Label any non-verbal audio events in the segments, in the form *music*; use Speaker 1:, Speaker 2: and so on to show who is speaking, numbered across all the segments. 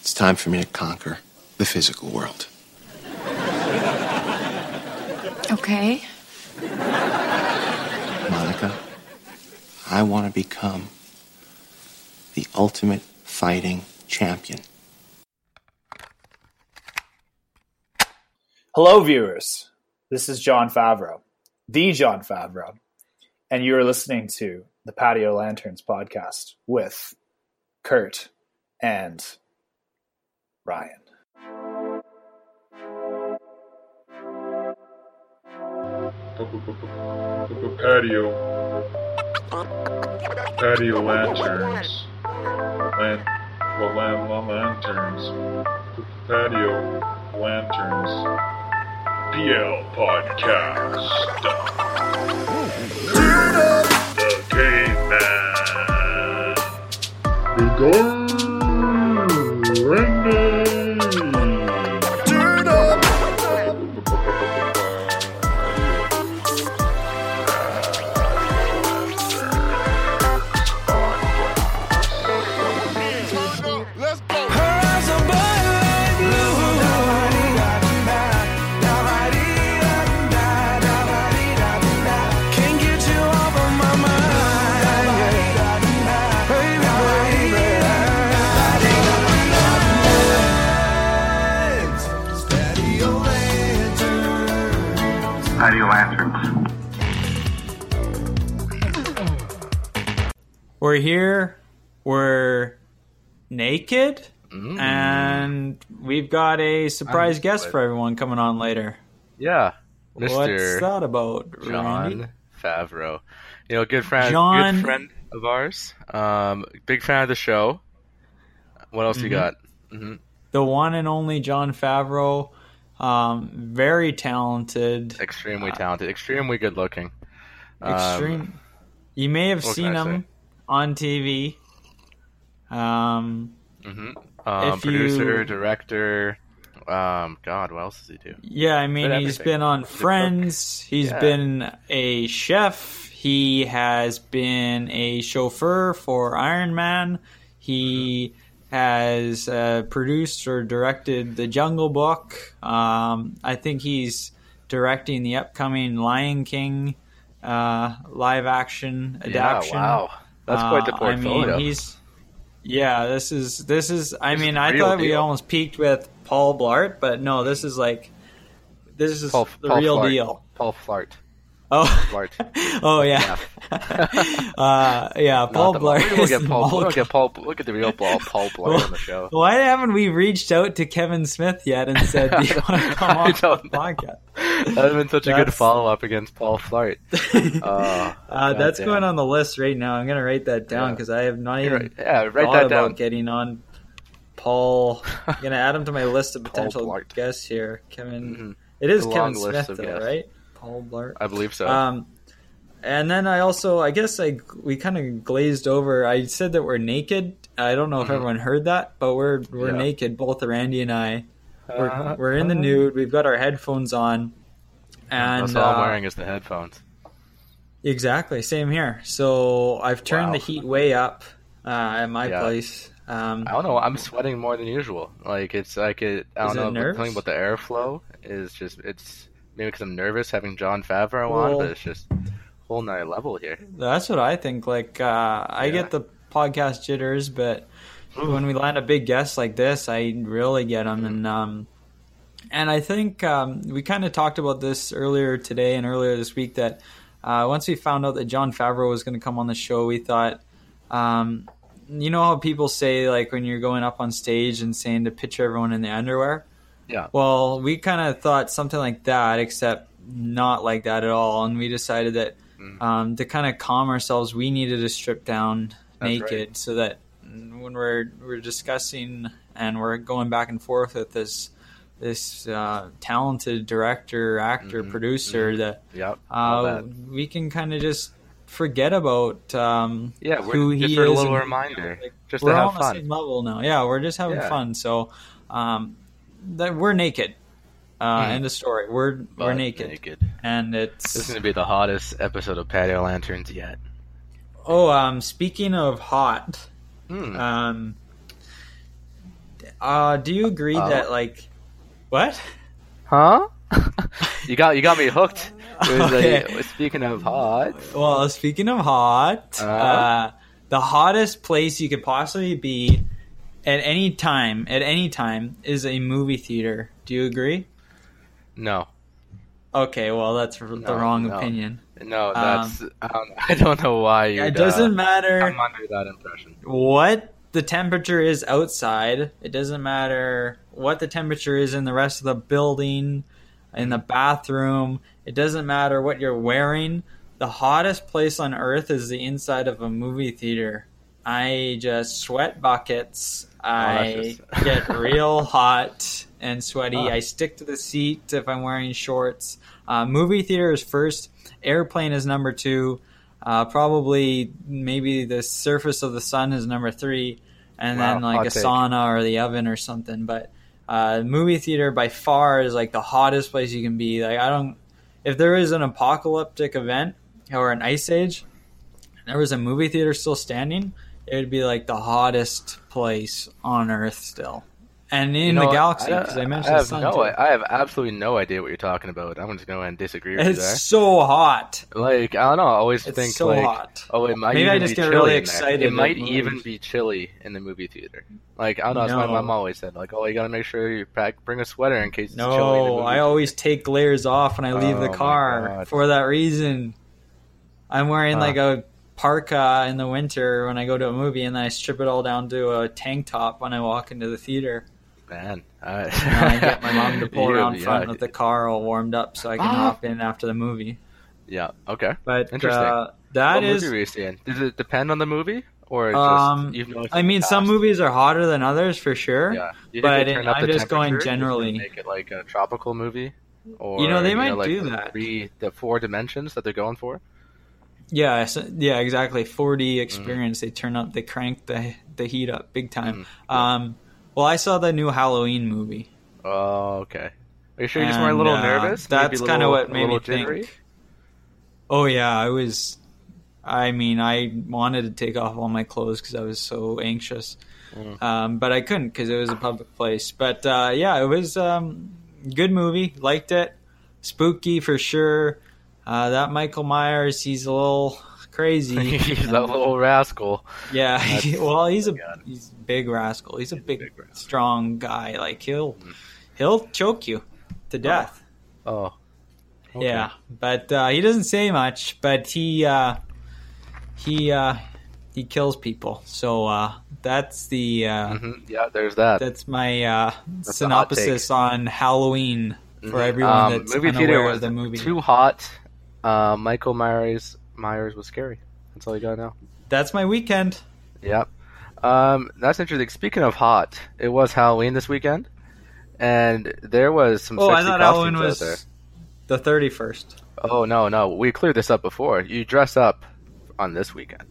Speaker 1: It's time for me to conquer the physical world.
Speaker 2: Okay.
Speaker 1: Monica, I want to become the ultimate fighting champion.
Speaker 3: Hello, viewers. This is John Favreau, the John Favreau, and you are listening to the Patio Lanterns podcast with Kurt and Ryan.
Speaker 4: patio patio lanterns lan la lan la lanterns patio lanterns PL podcast the caveman Begorrendy.
Speaker 5: Patio lanterns.
Speaker 6: We're here. We're naked.
Speaker 7: Mm.
Speaker 6: And we've got a surprise
Speaker 7: I'm
Speaker 6: guest
Speaker 7: good.
Speaker 6: for everyone coming on later.
Speaker 7: Yeah,
Speaker 6: What's
Speaker 7: Mister
Speaker 6: that about, Randy?
Speaker 7: John Favreau. You know, good friend,
Speaker 6: John-
Speaker 7: good friend of ours. Um, big fan of the show. What else
Speaker 6: Mm-hmm.
Speaker 7: you got?
Speaker 6: The one and only John Favreau. Um, very talented.
Speaker 7: Extremely talented, extremely good looking.
Speaker 6: Uh,
Speaker 7: Um,
Speaker 6: Extreme. Um, you may have
Speaker 7: what
Speaker 6: seen
Speaker 7: can I
Speaker 6: him on TV. Um,
Speaker 7: Um,
Speaker 6: If you-
Speaker 7: producer, director. Um, God, what else does he do?
Speaker 6: Yeah, I mean,
Speaker 7: But
Speaker 6: he's
Speaker 7: everything.
Speaker 6: been on
Speaker 7: He's a cook.
Speaker 6: Friends. He's
Speaker 7: Yeah.
Speaker 6: been a chef. He has been a chauffeur for Iron Man. He
Speaker 7: Mm-hmm.
Speaker 6: has uh, produced or directed The Jungle Book. Um, I think he's directing the upcoming Lion King uh, live action adaptation.
Speaker 7: Yeah, wow, that's
Speaker 6: Uh,
Speaker 7: quite the
Speaker 6: I
Speaker 7: portfolio.
Speaker 6: mean, he's yeah. This is this is. I
Speaker 7: This is
Speaker 6: mean,
Speaker 7: the
Speaker 6: I
Speaker 7: real
Speaker 6: thought we
Speaker 7: deal.
Speaker 6: almost peaked with Paul Blart, but no, this is like this is
Speaker 7: Paul,
Speaker 6: the
Speaker 7: Paul
Speaker 6: real
Speaker 7: Flart.
Speaker 6: deal.
Speaker 7: Paul Flart.
Speaker 6: Oh, *laughs*
Speaker 7: Flart.
Speaker 6: oh yeah, *laughs* uh, yeah. Paul
Speaker 7: Not the-
Speaker 6: Blart.
Speaker 7: We'll
Speaker 6: is
Speaker 7: get
Speaker 6: the
Speaker 7: Paul.
Speaker 6: mall
Speaker 7: We'll
Speaker 6: guy.
Speaker 7: get Paul. We'll get the real Paul. Paul Blart on the show.
Speaker 6: Why haven't we reached out to Kevin Smith yet and said, "Do you
Speaker 7: *laughs*
Speaker 6: want to come
Speaker 7: I
Speaker 6: on the
Speaker 7: don't know.
Speaker 6: podcast?"
Speaker 7: That would have been such a good
Speaker 6: That's-
Speaker 7: follow up against Paul Flart. *laughs* Uh,
Speaker 6: Uh, that's
Speaker 7: Goddamn.
Speaker 6: going on the list right now. I'm going to write that down
Speaker 7: Yeah.
Speaker 6: because I have not even
Speaker 7: You're right. Yeah, write
Speaker 6: thought
Speaker 7: that
Speaker 6: about *laughs*
Speaker 7: down.
Speaker 6: getting on Paul. I'm going to add him to my list of potential
Speaker 7: Blart.
Speaker 6: guests here. Kevin,
Speaker 7: Mhm.
Speaker 6: it is
Speaker 7: A
Speaker 6: Kevin
Speaker 7: long list
Speaker 6: Smith
Speaker 7: of
Speaker 6: though,
Speaker 7: guests.
Speaker 6: right? Paul Blart.
Speaker 7: *laughs* I believe so.
Speaker 6: Um, and then I also, I guess, I we kind of glazed over. I said that we're naked. I don't know if everyone heard that, but we're we're
Speaker 7: Mm-hmm. Yeah.
Speaker 6: naked, both Randy and I. We're,
Speaker 7: Uh,
Speaker 6: we're in the nude. We've got our headphones on, and
Speaker 7: That's all I'm
Speaker 6: uh,
Speaker 7: wearing is the headphones.
Speaker 6: Exactly, same here. So I've turned
Speaker 7: Wow.
Speaker 6: the heat way up uh, at my
Speaker 7: Yeah.
Speaker 6: place. Um,
Speaker 7: I don't know. I'm sweating more than usual. Like it's like it. I
Speaker 6: Is it
Speaker 7: don't know. but
Speaker 6: nerves?
Speaker 7: Something about the airflow is just. It's maybe because I'm nervous having John Favreau
Speaker 6: Well-
Speaker 7: on, but it's just whole nother level here.
Speaker 6: that's what I think. Like uh, I
Speaker 7: Yeah.
Speaker 6: get the podcast jitters, but when we land a big guest like this, I really get them. And um, and I think um, we kind of talked about this earlier today and earlier this week that uh, once we found out that John Favreau was going to come on the show, we thought. Um, you know how people say like when you're going up on stage and saying to picture everyone in their underwear.
Speaker 7: Yeah.
Speaker 6: Well, we kind of thought something like that, except not like that at all. And we decided that um, to kind of calm ourselves, we needed to strip down
Speaker 7: That's
Speaker 6: naked so that when we're we're discussing and we're going back and forth with this this uh, talented director, actor, producer, that
Speaker 7: Yep. Mm-hmm. all
Speaker 6: uh,
Speaker 7: that.
Speaker 6: we can kind of just forget about um,
Speaker 7: Yeah. We're,
Speaker 6: who
Speaker 7: just
Speaker 6: he
Speaker 7: for a
Speaker 6: is
Speaker 7: little
Speaker 6: and-
Speaker 7: reminder,
Speaker 6: like,
Speaker 7: just
Speaker 6: we're
Speaker 7: to
Speaker 6: all
Speaker 7: have
Speaker 6: on the same
Speaker 7: fun.
Speaker 6: level now. Yeah, we're just having
Speaker 7: Yeah.
Speaker 6: fun. So, um, that we're naked. Uh,
Speaker 7: Hmm.
Speaker 6: End of story. We're we're
Speaker 7: Butt
Speaker 6: naked, and
Speaker 7: This is
Speaker 6: it's
Speaker 7: gonna be the hottest episode of Patio Lanterns yet.
Speaker 6: oh. Um, speaking of hot,
Speaker 7: Hmm.
Speaker 6: um, Uh, do you agree that like what?
Speaker 7: Huh? *laughs* you got you got
Speaker 6: *laughs*
Speaker 7: me hooked. It was like-
Speaker 6: Okay.
Speaker 7: speaking of hot,
Speaker 6: Well, speaking of hot, uh,
Speaker 7: Uh?
Speaker 6: the hottest place you could possibly be at any time, at any time, is a movie theater. Do you agree?
Speaker 7: no,
Speaker 6: Okay, well, that's r- the
Speaker 7: No,
Speaker 6: wrong
Speaker 7: no.
Speaker 6: opinion.
Speaker 7: no, that's I, don't, *laughs* I don't know why you.
Speaker 6: Um, It doesn't
Speaker 7: I'm
Speaker 6: matter
Speaker 7: under that impression.
Speaker 6: what the temperature is outside. It doesn't matter what the temperature is in the rest of the building, in the bathroom. It doesn't matter what you're wearing. The hottest place on earth is the inside of a movie theater. I just sweat buckets. I
Speaker 7: Oh, that's
Speaker 6: *laughs*
Speaker 7: just-
Speaker 6: get real hot and sweaty.
Speaker 7: Ah.
Speaker 6: I stick to the seat if I'm wearing shorts. Uh, movie theater is first. Airplane is number two. Uh, probably maybe the surface of the sun is number three, and
Speaker 7: Wow,
Speaker 6: then like
Speaker 7: hot
Speaker 6: a
Speaker 7: take.
Speaker 6: sauna or the oven or something. But uh, movie theater by far is like the hottest place you can be. Like I don't, if there is an apocalyptic event or an ice age, and there was a movie theater still standing, it would be like the hottest place on Earth still, and in
Speaker 7: You know,
Speaker 6: the galaxy
Speaker 7: I-
Speaker 6: because I, mentioned the
Speaker 7: I have
Speaker 6: sun.
Speaker 7: no,
Speaker 6: too.
Speaker 7: I have absolutely no idea what you're talking about. I'm just going to disagree with you
Speaker 6: It's so hot.
Speaker 7: there. Like I don't know. I always
Speaker 6: It's
Speaker 7: think
Speaker 6: so
Speaker 7: like,
Speaker 6: hot.
Speaker 7: oh, it might
Speaker 6: Maybe I
Speaker 7: even
Speaker 6: just
Speaker 7: be
Speaker 6: get
Speaker 7: chilly
Speaker 6: really
Speaker 7: in there.
Speaker 6: excited
Speaker 7: It might
Speaker 6: with
Speaker 7: even
Speaker 6: movies.
Speaker 7: be chilly in the movie theater. Like I don't know. it's My
Speaker 6: No.
Speaker 7: mom always said like, oh, you got to make sure you pack, bring a sweater in case it's chilly. in the
Speaker 6: No,
Speaker 7: movie
Speaker 6: I
Speaker 7: theater.
Speaker 6: always take layers off when I leave
Speaker 7: Oh
Speaker 6: the
Speaker 7: my
Speaker 6: car
Speaker 7: God.
Speaker 6: for that reason. I'm wearing
Speaker 7: Huh.
Speaker 6: like a parka in the winter when I go to a movie, and then I strip it all down to a tank top when I walk into the theater.
Speaker 7: man. I,
Speaker 6: And I get my mom
Speaker 7: *laughs*
Speaker 6: to pull
Speaker 7: You-
Speaker 6: around front
Speaker 7: yeah,
Speaker 6: with the car all warmed up so I can
Speaker 7: Ah.
Speaker 6: hop in after the movie.
Speaker 7: Yeah. Okay.
Speaker 6: But
Speaker 7: Interesting.
Speaker 6: uh, that
Speaker 7: what
Speaker 6: is.
Speaker 7: movie were you seeing? Does it depend on the movie, or just
Speaker 6: Um,
Speaker 7: you've noticed
Speaker 6: I
Speaker 7: in the
Speaker 6: mean, some
Speaker 7: past?
Speaker 6: movies are hotter than others for sure.
Speaker 7: Yeah. Do you think
Speaker 6: but
Speaker 7: they
Speaker 6: it-
Speaker 7: turn up
Speaker 6: I'm
Speaker 7: the
Speaker 6: just going
Speaker 7: temperature? Do you
Speaker 6: generally.
Speaker 7: think they Make it like a tropical movie, or
Speaker 6: You know, they might
Speaker 7: like
Speaker 6: do
Speaker 7: the
Speaker 6: that.
Speaker 7: Three, the four dimensions that they're going for.
Speaker 6: Yeah, so, yeah, exactly. 4D experience. They turn up, they crank the the heat up big time. Um, well, I saw the new Halloween movie.
Speaker 7: Oh, okay. Are you sure you just
Speaker 6: and,
Speaker 7: weren't a little
Speaker 6: uh,
Speaker 7: nervous? Maybe
Speaker 6: That's
Speaker 7: a
Speaker 6: kind of
Speaker 7: little-
Speaker 6: what
Speaker 7: a
Speaker 6: made me
Speaker 7: little jittery?
Speaker 6: think. Oh yeah, I was. I mean, I wanted to take off all my clothes because I was so anxious,
Speaker 7: Mm.
Speaker 6: um, but I couldn't because it was a public place. But uh, yeah, it was um, good movie. Liked it. Spooky for sure. Uh, that Michael Myers, he's a little crazy.
Speaker 7: *laughs* He's that
Speaker 6: *laughs*
Speaker 7: little rascal.
Speaker 6: Yeah, *laughs*
Speaker 7: That's-
Speaker 6: well, he's a
Speaker 7: God.
Speaker 6: he's a big rascal. He's a big,
Speaker 7: big rascal. Mm.
Speaker 6: strong guy. Like he'll he'll choke you to death.
Speaker 7: Oh. okay.
Speaker 6: Yeah, but uh, he doesn't say much. But he uh, he uh, he kills people. So uh, that's the uh,
Speaker 7: Mhm, Yeah. There's that.
Speaker 6: that's my uh,
Speaker 7: a hot take.
Speaker 6: synopsis on Halloween for
Speaker 7: Mhm.
Speaker 6: everyone
Speaker 7: Um,
Speaker 6: that's
Speaker 7: movie
Speaker 6: unaware
Speaker 7: theater
Speaker 6: of
Speaker 7: was
Speaker 6: the movie.
Speaker 7: too hot. Uh, Michael Myers Myers was scary. That's all you gotta know.
Speaker 6: That's my weekend.
Speaker 7: Yep. Um, that's interesting. Speaking of hot, it was Halloween this weekend, and there was some.
Speaker 6: Oh,
Speaker 7: sexy
Speaker 6: I thought
Speaker 7: costumes
Speaker 6: Halloween
Speaker 7: out there.
Speaker 6: was the thirty first.
Speaker 7: Oh no, no, we cleared this up before. You dress up on this weekend.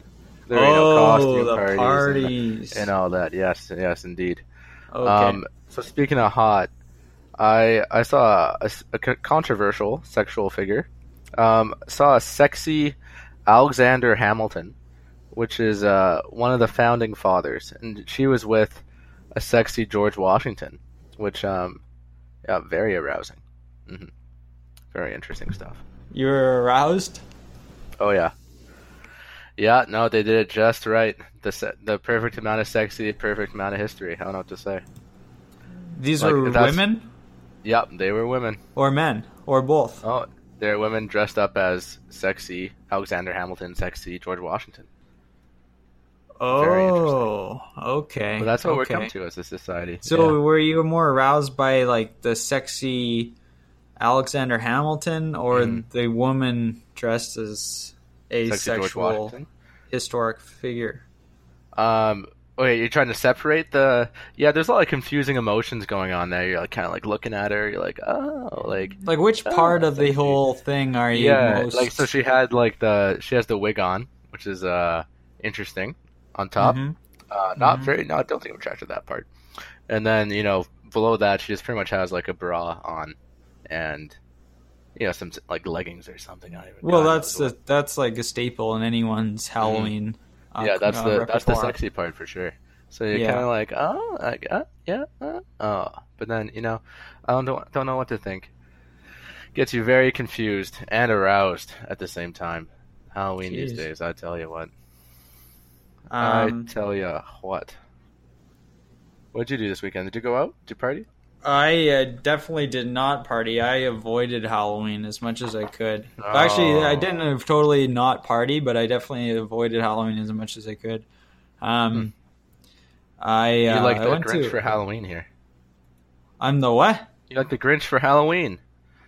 Speaker 7: There ain't
Speaker 6: Oh,
Speaker 7: no costume
Speaker 6: the
Speaker 7: parties and-
Speaker 6: parties.
Speaker 7: and all that. Yes, yes, indeed.
Speaker 6: okay.
Speaker 7: Um, so speaking of hot, I I saw a, s- a c- controversial sexual figure. Um, saw a sexy Alexander Hamilton, which is uh, one of the founding fathers, and she was with a sexy George Washington, which um, yeah, very arousing, hmm very interesting stuff.
Speaker 6: you were aroused.
Speaker 7: Oh yeah, yeah. No, they did it just right. The se- the perfect amount of sexy, perfect amount of history. I don't know what to say.
Speaker 6: These
Speaker 7: Like,
Speaker 6: were
Speaker 7: that's-
Speaker 6: women.
Speaker 7: Yep, they were women.
Speaker 6: or men or both.
Speaker 7: Oh, there are women dressed up as sexy Alexander Hamilton, sexy George Washington. Very
Speaker 6: Oh, okay.
Speaker 7: Well, that's what we're
Speaker 6: okay.
Speaker 7: come to as a society.
Speaker 6: So,
Speaker 7: Yeah.
Speaker 6: were you more aroused by like the sexy Alexander Hamilton or
Speaker 7: Mm.
Speaker 6: the woman dressed as a sexual historic figure?
Speaker 7: Um, wait, you're trying to separate the? Yeah, there's a lot of confusing emotions going on there. You're like, kind of like looking at her. You're like, oh, like
Speaker 6: Like, which
Speaker 7: Oh,
Speaker 6: part of the
Speaker 7: sexy.
Speaker 6: whole thing are you
Speaker 7: yeah,
Speaker 6: most?
Speaker 7: like so she had like the she has the wig on, which is uh interesting on top.
Speaker 6: Mhm.
Speaker 7: Uh, not very. No, I don't think I'm attracted to that part. And then you know below that, she just pretty much has like a bra on, and you know some like leggings or something. I don't even,
Speaker 6: Well,
Speaker 7: God
Speaker 6: that's
Speaker 7: knows
Speaker 6: the, that's like a staple in anyone's Halloween. uh,
Speaker 7: what. Mm-hmm. yeah, that's
Speaker 6: uh,
Speaker 7: the that's the
Speaker 6: repertoire.
Speaker 7: sexy part for sure. So you're
Speaker 6: Yeah.
Speaker 7: kind of like, oh, like, uh, yeah, uh, oh. But then, you know, I don't, know- don't know what to think. Gets you very confused and aroused at the same time. Halloween these
Speaker 6: Jeez.
Speaker 7: days, I tell you what.
Speaker 6: Um,
Speaker 7: I tell you what. What'd you do this weekend? Did you go out? Did you party?
Speaker 6: I uh, definitely did not party. I avoided Halloween as much as I could. Actually, I
Speaker 7: Oh.
Speaker 6: didn't have totally not party, but I definitely avoided Halloween as much as I could. Um, I uh,
Speaker 7: Hmm. you like
Speaker 6: I
Speaker 7: the
Speaker 6: went
Speaker 7: Grinch
Speaker 6: to-
Speaker 7: for Halloween here.
Speaker 6: I'm the what?
Speaker 7: You like the Grinch for Halloween.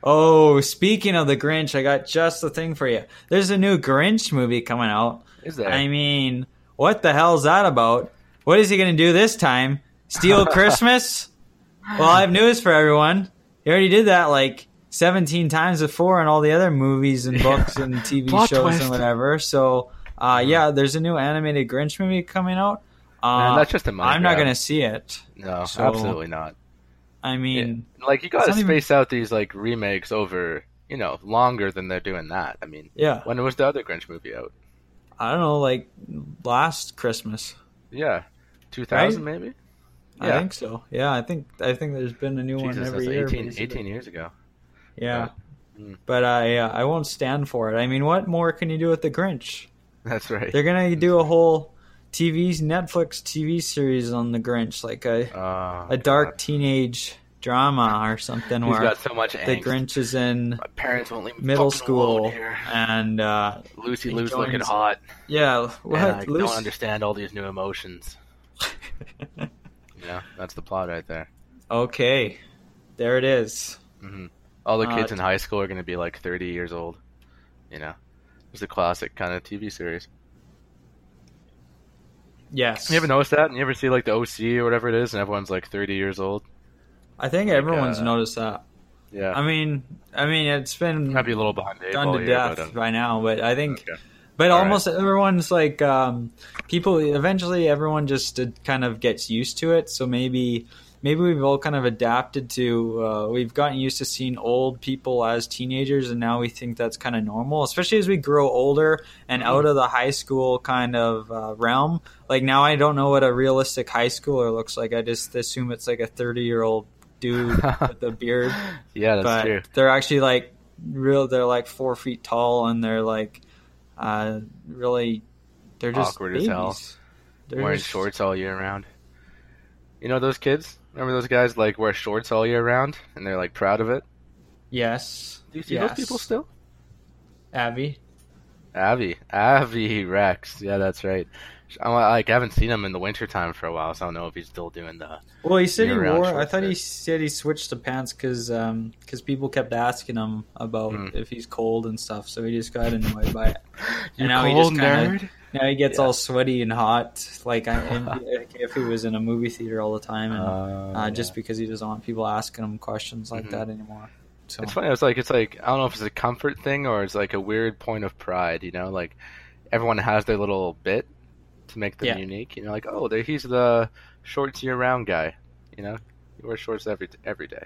Speaker 6: Oh, speaking of the Grinch, I got just the thing for you. There's a new Grinch movie coming out.
Speaker 7: Is that?
Speaker 6: I mean, what the hell's that about? What is he going to do this time?
Speaker 7: *laughs*
Speaker 6: Steal Christmas? Well, I have news for everyone. He already did that like 17 times before in all the other movies and books
Speaker 7: *laughs*
Speaker 6: and TV
Speaker 7: Plot
Speaker 6: shows
Speaker 7: twist.
Speaker 6: and whatever. So, uh, yeah, there's a new animated Grinch movie coming out. Uh,
Speaker 7: Man, that's just a mind
Speaker 6: I'm not
Speaker 7: grab.
Speaker 6: going to see it.
Speaker 7: no,
Speaker 6: so-
Speaker 7: absolutely not.
Speaker 6: I mean,
Speaker 7: Like you gotta
Speaker 6: It's not even-
Speaker 7: space out these like remakes over, you know, longer than they're doing that. I mean,
Speaker 6: yeah.
Speaker 7: when was the other Grinch movie out?
Speaker 6: I don't know, like last Christmas.
Speaker 7: Yeah, two thousand maybe.
Speaker 6: I
Speaker 7: Yeah.
Speaker 6: think so. Yeah, I think I think there's been a new one
Speaker 7: Jesus,
Speaker 6: every
Speaker 7: that's
Speaker 6: year.
Speaker 7: 18,
Speaker 6: basically.
Speaker 7: 18 years ago. *laughs*
Speaker 6: Yeah.
Speaker 7: Mm.
Speaker 6: But I uh, I won't stand for it. I mean, what more can you do with the Grinch?
Speaker 7: That's right.
Speaker 6: They're gonna do a whole TV Netflix TV series on the Grinch, like a
Speaker 7: Oh,
Speaker 6: a dark teenage drama or something,
Speaker 7: God. He's
Speaker 6: where
Speaker 7: got so much
Speaker 6: the
Speaker 7: angst.
Speaker 6: Grinch is in
Speaker 7: My parents won't leave me
Speaker 6: middle
Speaker 7: fucking alone
Speaker 6: school
Speaker 7: here.
Speaker 6: and uh,
Speaker 7: Lucy
Speaker 6: He
Speaker 7: Lou's looking
Speaker 6: joins-
Speaker 7: hot.
Speaker 6: yeah, what
Speaker 7: and I
Speaker 6: Lucy-
Speaker 7: don't understand all these new
Speaker 6: *laughs*
Speaker 7: emotions. yeah, that's the plot right there.
Speaker 6: okay, there it is.
Speaker 7: All the
Speaker 6: Uh,
Speaker 7: kids in high school are going to be like 30 years old. You know, it's a classic kind of TV series.
Speaker 6: Yes,
Speaker 7: You ever notice that? And you ever see like the OC or whatever it is, and everyone's like 30 years old?
Speaker 6: I think
Speaker 7: Like,
Speaker 6: everyone's
Speaker 7: uh,
Speaker 6: noticed that.
Speaker 7: Yeah,
Speaker 6: I mean, I mean, it's been
Speaker 7: might be a little behind the eight
Speaker 6: done
Speaker 7: ball
Speaker 6: to
Speaker 7: here,
Speaker 6: death
Speaker 7: but, um,
Speaker 6: by now, but I think,
Speaker 7: okay.
Speaker 6: but
Speaker 7: All right.
Speaker 6: almost everyone's like, um, people eventually everyone just uh, kind of gets used to it. So maybe, maybe we've all kind of adapted to, uh, we've gotten used to seeing old people as teenagers, and now we think that's kind of normal, especially as we grow older and
Speaker 7: Mm-hmm.
Speaker 6: out of the high school kind of uh, realm. Like now, I don't know what a realistic high schooler looks like. I just assume it's like a 30 year old
Speaker 7: *laughs*
Speaker 6: dude with a beard
Speaker 7: yeah, that's
Speaker 6: but
Speaker 7: true.
Speaker 6: they're actually like real they're like four feet tall and they're like uh really they're just
Speaker 7: Awkward as
Speaker 6: babies.
Speaker 7: hell.
Speaker 6: They're
Speaker 7: Wearing
Speaker 6: just-
Speaker 7: shorts all year round. You know those kids? Remember those guys like wear shorts all year round, and they're like proud of it.
Speaker 6: yes
Speaker 7: Do you see
Speaker 6: yes.
Speaker 7: those people still?
Speaker 6: abby
Speaker 7: Avi, Avi Rex. Yeah, that's right. I like I haven't seen him in the wintertime for a while, so I don't know if he's still doing the.
Speaker 6: well he said he
Speaker 7: Year-round
Speaker 6: wore i
Speaker 7: shorts
Speaker 6: thought he
Speaker 7: there.
Speaker 6: said he switched to pants because people kept asking him about
Speaker 7: Mm.
Speaker 6: if he's cold and stuff so he just got annoyed by it
Speaker 7: You
Speaker 6: and now
Speaker 7: cold
Speaker 6: he just kind of
Speaker 7: nerd.
Speaker 6: now he gets
Speaker 7: Yeah.
Speaker 6: all sweaty and hot like I,
Speaker 7: *laughs*
Speaker 6: and, like, if he was in a movie theater all the time
Speaker 7: Oh,
Speaker 6: and uh, just because he doesn't want people asking him questions like
Speaker 7: Mhm.
Speaker 6: that anymore. So
Speaker 7: It's funny. It's like it's like I don't know if it's a comfort thing or it's like a weird point of pride. You know, like everyone has their little bit to make them
Speaker 6: Yeah.
Speaker 7: unique. You know, like oh, there he's the shorts year round guy. You know, he wears shorts every every day.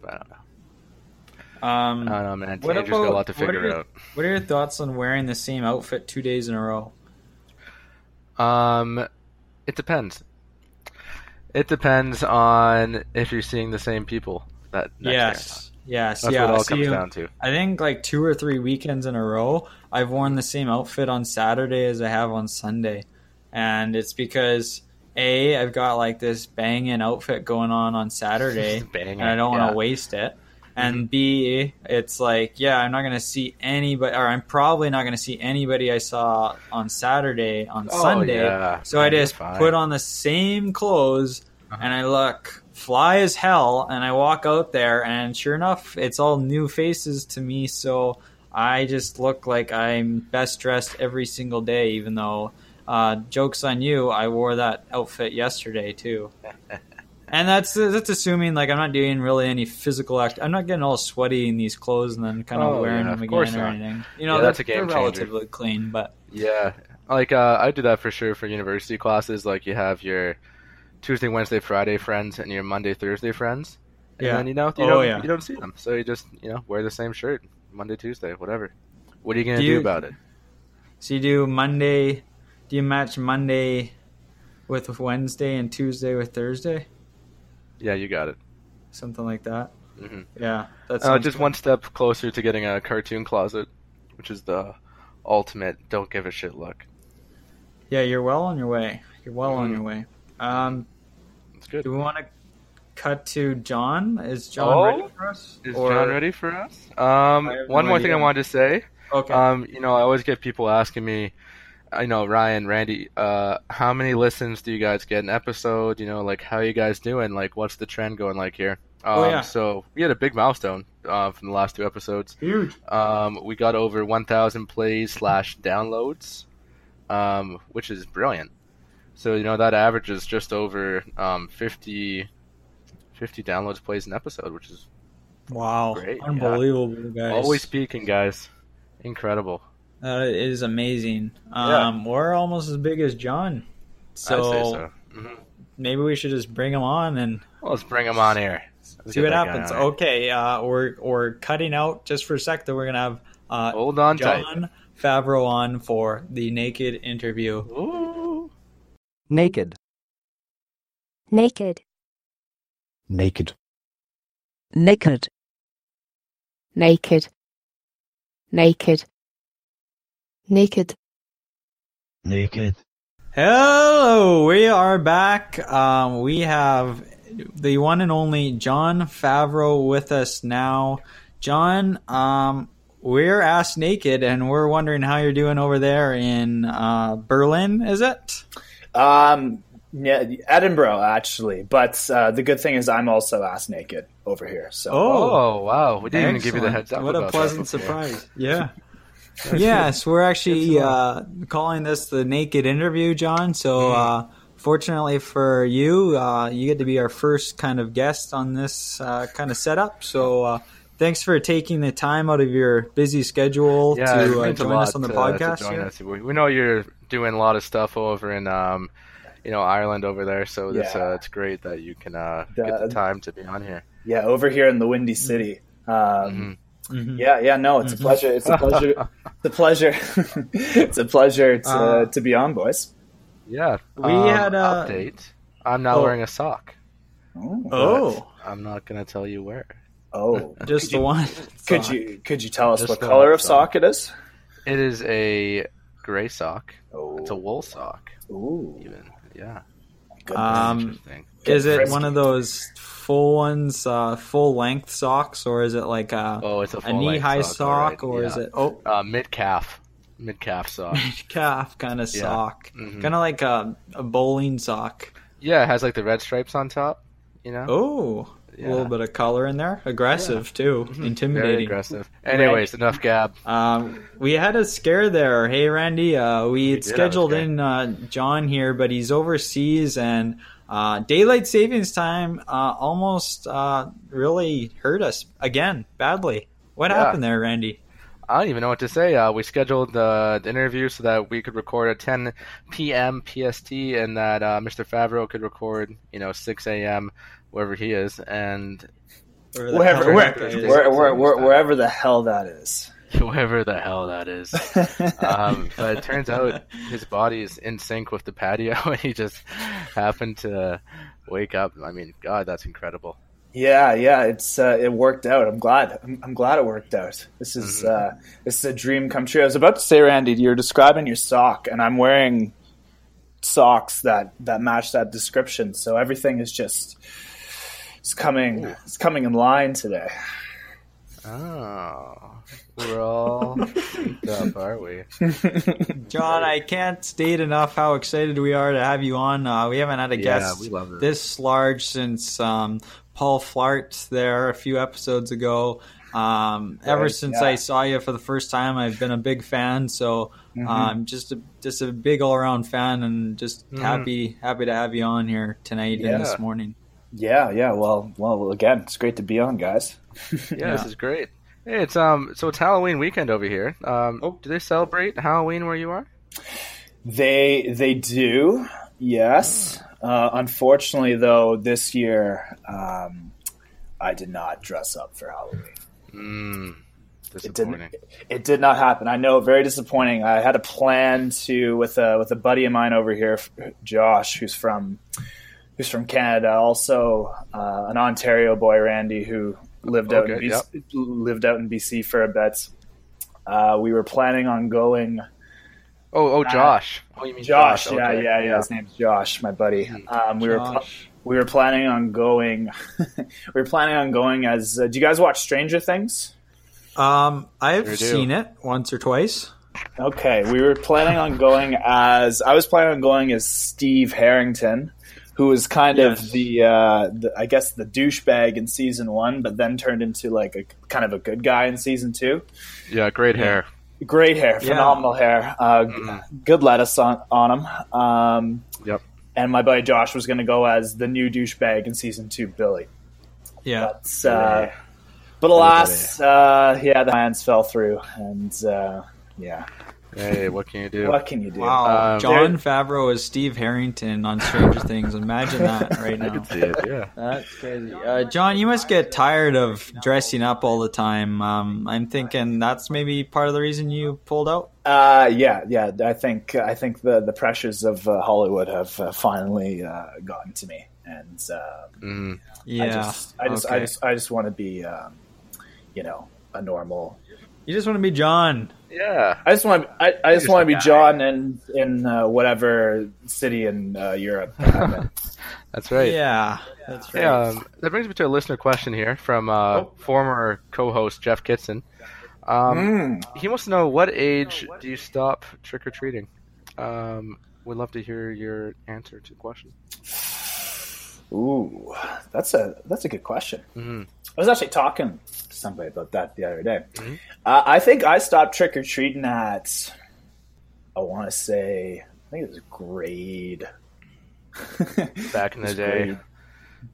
Speaker 7: But I don't know.
Speaker 6: um,
Speaker 7: I don't know, man.
Speaker 6: What
Speaker 7: Teenagers Uh, got a
Speaker 6: about-
Speaker 7: lot to
Speaker 6: what are
Speaker 7: figure
Speaker 6: your-
Speaker 7: out.
Speaker 6: what are your thoughts on wearing the same outfit two days in a row?
Speaker 7: Um, it depends. It depends on if you're seeing the same people that next year or not.
Speaker 6: yes, yes,
Speaker 7: That's
Speaker 6: yeah.
Speaker 7: what it all
Speaker 6: see,
Speaker 7: comes down to.
Speaker 6: I think like two or three weekends in a row, I've worn the same outfit on Saturday as I have on Sunday, and it's because a I've got like this banging outfit going on on
Speaker 7: *laughs*
Speaker 6: Saturday.
Speaker 7: Bang
Speaker 6: and I
Speaker 7: it,
Speaker 6: don't want
Speaker 7: yeah.
Speaker 6: to waste it. And
Speaker 7: Mm-hmm.
Speaker 6: B, it's like, yeah, I'm not going to see anybody, or I'm probably not going to see anybody I saw on Saturday on
Speaker 7: Oh,
Speaker 6: Sunday.
Speaker 7: yeah.
Speaker 6: So I
Speaker 7: You're
Speaker 6: just
Speaker 7: fine. Uh-huh.
Speaker 6: put on the same clothes and I look fly as hell. And I walk out there, and sure enough, it's all new faces to me. So I just look like I'm best dressed every single day, even though. Uh, jokes on you! I wore that outfit yesterday
Speaker 7: *laughs*
Speaker 6: too. And that's that's assuming like I'm not doing really any physical act. I'm not getting all sweaty in these clothes and then kind of
Speaker 7: Oh,
Speaker 6: wearing
Speaker 7: yeah,
Speaker 6: them
Speaker 7: of
Speaker 6: again or
Speaker 7: course not.
Speaker 6: anything. You know,
Speaker 7: Yeah, that's
Speaker 6: they're-
Speaker 7: a game
Speaker 6: they're
Speaker 7: changer.
Speaker 6: relatively clean, but
Speaker 7: Yeah, like uh, I do that for sure for university classes. Like you have your Tuesday, Wednesday, Friday friends, and your Monday, Thursday friends. And
Speaker 6: Yeah.
Speaker 7: then, you know, you
Speaker 6: Oh,
Speaker 7: don't
Speaker 6: yeah.
Speaker 7: you don't see them, so you just you know wear the same shirt Monday, Tuesday, whatever. What are you gonna
Speaker 6: Do
Speaker 7: do,
Speaker 6: you-
Speaker 7: about it?
Speaker 6: so you do Monday. Do you match Monday with Wednesday and Tuesday with Thursday,
Speaker 7: Yeah, you got it.
Speaker 6: something like that.
Speaker 7: Mhm.
Speaker 6: Yeah, that's
Speaker 7: Uh, just one step closer to getting a cartoon closet, which is the ultimate don't give a shit look.
Speaker 6: Yeah, you're well on your way. You're well on
Speaker 7: Mm-hmm.
Speaker 6: your way. Um,
Speaker 7: It's good.
Speaker 6: do we want to cut to John? Is John
Speaker 7: Oh,
Speaker 6: ready for us?
Speaker 7: Is
Speaker 6: Or-
Speaker 7: John ready for us? Um,
Speaker 6: I have
Speaker 7: one
Speaker 6: no
Speaker 7: more thing I
Speaker 6: idea.
Speaker 7: wanted to say.
Speaker 6: Okay.
Speaker 7: Um, you know, I always get people asking me, you know, Ryan, Randy, uh, how many listens do you guys get an episode? You know, like how you guys doing? Like, what's the trend going like here? Um,
Speaker 6: Oh, yeah.
Speaker 7: So we had a big milestone uh, from the last two episodes.
Speaker 6: Huge.
Speaker 7: Um, we got over 1,000 plays slash downloads, um, which is brilliant. So you know that averages just over um, 50, 50 downloads plays an episode, which is
Speaker 6: Wow.
Speaker 7: Great, yeah.
Speaker 6: Unbelievable, guys.
Speaker 7: always peaking, guys. Incredible.
Speaker 6: That is amazing. Um, We're almost as big as John. So,
Speaker 7: I'd say so. hmm
Speaker 6: maybe we should just bring him on and
Speaker 7: Well, let's bring him on here. Let's
Speaker 6: see
Speaker 7: get
Speaker 6: what
Speaker 7: that guy
Speaker 6: happens.
Speaker 7: on here.
Speaker 6: Okay, uh, we're, we're cutting out just for a sec that we're going to have uh,
Speaker 7: Hold on tight.
Speaker 6: John Favreau on for the naked interview.
Speaker 7: Ooh.
Speaker 8: Naked.
Speaker 9: naked,
Speaker 10: naked,
Speaker 8: Naked.
Speaker 9: naked, naked, naked.
Speaker 10: naked,
Speaker 6: Hello, we are back. Um, we have the one and only John Favreau with us now. John, um, we're ass naked, and we're wondering how you're doing over there in uh, Berlin. Is it?
Speaker 3: Um, yeah, Edinburgh actually, but uh, the good thing is I'm also ass naked over here. So
Speaker 7: Oh, wow. We didn't even give you the
Speaker 6: Excellent.
Speaker 7: heads up.
Speaker 6: What a
Speaker 7: about
Speaker 6: pleasant
Speaker 7: that before. *laughs*
Speaker 6: surprise. Yeah. yes, we're actually uh, calling this the naked interview, John. So,
Speaker 7: Mm-hmm.
Speaker 6: uh, fortunately for you, uh, you get to be our first kind of guest on this uh, kind of setup. So, uh, thanks for taking the time out of your busy schedule
Speaker 7: Yeah, it
Speaker 6: to uh,
Speaker 7: means a
Speaker 6: join
Speaker 7: lot
Speaker 6: us on the
Speaker 7: to- to
Speaker 6: podcast.
Speaker 7: join
Speaker 6: here.
Speaker 7: us. We, we know you're doing a lot of stuff over in, um, you know, Ireland over there. So it's
Speaker 3: Yeah.
Speaker 7: uh, it's great that you can uh, get the
Speaker 3: That-
Speaker 7: time to be on here.
Speaker 3: yeah, over here in the Windy City. Um,
Speaker 7: Mm-hmm.
Speaker 6: Mhm.
Speaker 3: Yeah, yeah, no, it's a pleasure. It's a
Speaker 7: *laughs*
Speaker 3: pleasure. it's a pleasure. *laughs* it's a pleasure to
Speaker 6: Uh,
Speaker 3: to be on, boys.
Speaker 7: Yeah,
Speaker 6: We
Speaker 7: um,
Speaker 6: had a-
Speaker 7: update. I'm not
Speaker 6: Oh.
Speaker 7: wearing a sock.
Speaker 3: Oh,
Speaker 6: Oh,
Speaker 7: but I'm not gonna tell you where.
Speaker 3: oh.
Speaker 6: *laughs* just
Speaker 3: could
Speaker 6: the
Speaker 3: you,
Speaker 6: one.
Speaker 3: Could you could you tell us
Speaker 7: Just
Speaker 3: what
Speaker 7: the
Speaker 3: color
Speaker 7: one
Speaker 3: of sock it is?
Speaker 7: It is a gray sock.
Speaker 3: Oh,
Speaker 7: It's a wool sock,
Speaker 3: ooh,
Speaker 7: even. Yeah.
Speaker 3: goodness.
Speaker 6: Um,
Speaker 7: Interesting.
Speaker 6: is it
Speaker 3: frisky.
Speaker 6: one of those full ones, uh, full length socks, or is it like a,
Speaker 7: Oh, it's a,
Speaker 6: a
Speaker 7: full-length
Speaker 6: knee high sock,
Speaker 7: alright,
Speaker 6: or is
Speaker 7: yeah.
Speaker 6: it? Oh,
Speaker 7: uh, mid calf? Mid calf sock. *laughs*
Speaker 6: calf kind of
Speaker 7: Yeah.
Speaker 6: sock,
Speaker 7: Mhm.
Speaker 6: kind of like a, a bowling sock.
Speaker 7: yeah, it has like the red stripes on top. You know,
Speaker 6: Oh,
Speaker 7: Yeah. Mm-hmm.
Speaker 6: a little bit of color in there. Aggressive too,
Speaker 7: very
Speaker 6: intimidating.
Speaker 7: aggressive. Anyways, enough gab.
Speaker 6: Um, we had a scare there. Hey, Randy, uh, we had
Speaker 7: did have a
Speaker 6: scheduled
Speaker 7: scare.
Speaker 6: in uh, John here, but he's overseas, and uh, daylight savings time uh, almost uh, really hurt us again badly. What
Speaker 7: Yeah.
Speaker 6: happened there, Randy?
Speaker 7: I don't even know what to say. Uh, we scheduled the, the interview so that we could record at 10 p.m. PST, and that uh, Mr. Favreau could record, you know, 6 a.m. wherever he is, and
Speaker 6: Or the
Speaker 3: wherever
Speaker 6: color
Speaker 3: where,
Speaker 6: that is.
Speaker 3: where, where, where, wherever the hell that is.
Speaker 7: *laughs* whoever the hell that is. um, but it turns out his body is in sync with the patio, *laughs* and he just happened to wake up. I mean, God, that's incredible.
Speaker 3: Yeah, yeah, it's uh, it worked out. I'm glad. I'm, I'm glad it worked out. This is
Speaker 7: Mm-hmm.
Speaker 3: uh, this is a dream come true. I was about to say, Randy, you're describing your sock, and I'm wearing socks that that match that description. So everything is just it's coming it's coming in line today.
Speaker 7: Oh, we're all
Speaker 3: *laughs*
Speaker 7: synced up, aren't we?
Speaker 6: John, I can't state enough how excited we are to have you on. Uh, we haven't had a
Speaker 7: Yeah,
Speaker 6: guest
Speaker 7: we love it.
Speaker 6: this large since um, Paul Flart there a few episodes ago. Um, ever
Speaker 3: Right,
Speaker 6: since
Speaker 3: yeah.
Speaker 6: I saw you for the first time, I've been a big fan. So
Speaker 3: Mm-hmm.
Speaker 6: I'm just a, just a big all around fan, and just happy happy to have you on here tonight and
Speaker 7: Yeah.
Speaker 6: this morning.
Speaker 3: Yeah, yeah. Well, well. Again, it's great to be on, guys.
Speaker 7: Yeah, this is great. Hey, it's um, so it's Halloween weekend over here. Um,
Speaker 3: Oh.
Speaker 7: do they celebrate Halloween where you are?
Speaker 3: *laughs* They they do, yes. Uh, unfortunately, though, this year um, I did not dress up for Halloween.
Speaker 7: Mm.
Speaker 3: It didn't. It did not happen. I know, very disappointing. I had a plan to with a with a buddy of mine over here, Josh, who's from who's from Canada, also uh, an Ontario boy, Randy, who lived out in
Speaker 7: Okay,
Speaker 3: BC, lived out in BC for a bit. Uh, we were planning on going.
Speaker 7: Oh, oh,
Speaker 3: Uh,
Speaker 7: Josh. oh, you mean
Speaker 3: Josh,
Speaker 7: Josh,
Speaker 3: yeah,
Speaker 7: okay.
Speaker 3: yeah, yeah. His name's Josh, my buddy. Um, we were pl-
Speaker 6: Josh.
Speaker 3: we were planning on going. we were planning on going as. Uh, do you guys watch Stranger Things?
Speaker 6: Um, I've
Speaker 3: Sure do.
Speaker 6: seen it once or twice.
Speaker 3: Okay, we were planning on going as I was planning on going as Steve Harrington, who was kind of the, uh, the I guess the douchebag in season one, but then turned into like a kind of a good guy in season two.
Speaker 7: Yeah, great hair.
Speaker 3: Great hair,
Speaker 7: Yeah.
Speaker 3: phenomenal hair. Uh, g- Good lettuce on, on him. Um,
Speaker 7: yep.
Speaker 3: And my buddy Josh was going to go as the new douchebag in season two, Billy.
Speaker 6: Yeah.
Speaker 3: It's, uh, but alas, uh, yeah, the plans fell through, and uh, yeah.
Speaker 7: Hey, what can you do?
Speaker 3: What can you do?
Speaker 6: Wow,
Speaker 7: Um,
Speaker 6: John Favreau is Steve Harrington on Stranger Things. Imagine that right now.
Speaker 7: *laughs* I could see it. Yeah.
Speaker 6: That's crazy. Uh, John, you must get tired of dressing up all the time. Um, I'm thinking that's maybe part of the reason you pulled out.
Speaker 3: Uh, yeah, yeah. I think I think the the pressures of uh, Hollywood have uh, finally uh, gotten to me, and uh, I
Speaker 6: Yeah,
Speaker 3: just I just, I
Speaker 6: okay.
Speaker 3: just I just want to be, um, you know, a normal.
Speaker 6: You just want to be John.
Speaker 7: Yeah,
Speaker 3: I just want to I, I just
Speaker 6: Just
Speaker 3: want
Speaker 6: a
Speaker 3: to be
Speaker 6: guy.
Speaker 3: John in in uh, whatever city in uh, Europe.
Speaker 6: *laughs*
Speaker 3: I'm in.
Speaker 7: *laughs* That's right.
Speaker 6: Yeah, that's right.
Speaker 7: Hey, um, that brings me to a listener question here from uh,
Speaker 3: Oh.
Speaker 7: former co-host Jeff Kitson.
Speaker 3: Hmm.
Speaker 7: Um, He wants to know what age do you stop trick or treating? Um, we'd love to hear your answer to the question.
Speaker 3: Ooh, that's a that's a good question.
Speaker 7: Mhm.
Speaker 3: I was actually talking to somebody about that the other day. Uh, I think I stopped trick or treating at I want to say I think it was grade
Speaker 7: Back in the
Speaker 3: It's
Speaker 7: day,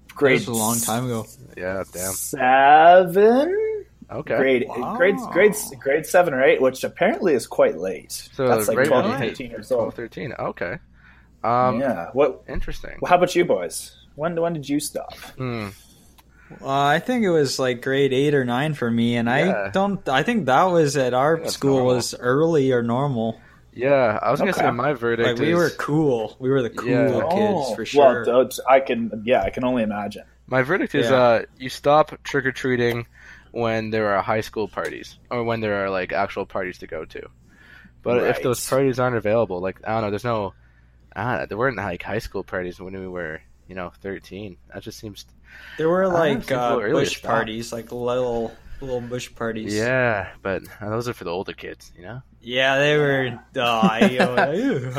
Speaker 3: grade
Speaker 6: That was a long time ago.
Speaker 7: yeah, damn.
Speaker 3: seven.
Speaker 7: Okay,
Speaker 3: Grade
Speaker 6: Wow.
Speaker 3: grade grade grade seven or eight, which apparently is quite late.
Speaker 7: So
Speaker 3: That's like
Speaker 7: right
Speaker 3: 12
Speaker 7: when
Speaker 3: or
Speaker 7: you hit
Speaker 3: 13 years old.
Speaker 7: 12, 13. Okay. Um,
Speaker 3: yeah. What?
Speaker 7: Interesting.
Speaker 3: How about you boys? When when did you stop?
Speaker 7: Hmm.
Speaker 6: Uh, I think it was like grade eight or nine for me, and
Speaker 7: Yeah.
Speaker 6: I don't. I think that was at our
Speaker 7: that's
Speaker 6: school
Speaker 7: normal.
Speaker 6: was early or normal.
Speaker 7: Yeah, I was gonna
Speaker 3: Okay.
Speaker 7: say my verdict
Speaker 6: Like we
Speaker 7: is
Speaker 6: were cool. We were the cool
Speaker 7: Yeah.
Speaker 6: kids
Speaker 3: Oh,
Speaker 6: for sure.
Speaker 3: Well, th- I can. Yeah, I can only imagine.
Speaker 7: my verdict is
Speaker 6: Yeah.
Speaker 7: uh, you stop trick or treating when there are high school parties or when there are like actual parties to go to. But if
Speaker 3: Right.
Speaker 7: those parties aren't available, like I don't know, there's no, ah, there weren't like high school parties when we were, you know, thirteen. That just seems,
Speaker 6: there were
Speaker 7: don't
Speaker 6: like
Speaker 7: think
Speaker 6: uh,
Speaker 7: we're really
Speaker 6: bush
Speaker 7: stopped.
Speaker 6: parties, like little little bush parties.
Speaker 7: yeah. But uh, those are for the older kids, you know.
Speaker 6: Yeah, they were. Oh, I, *laughs* oh,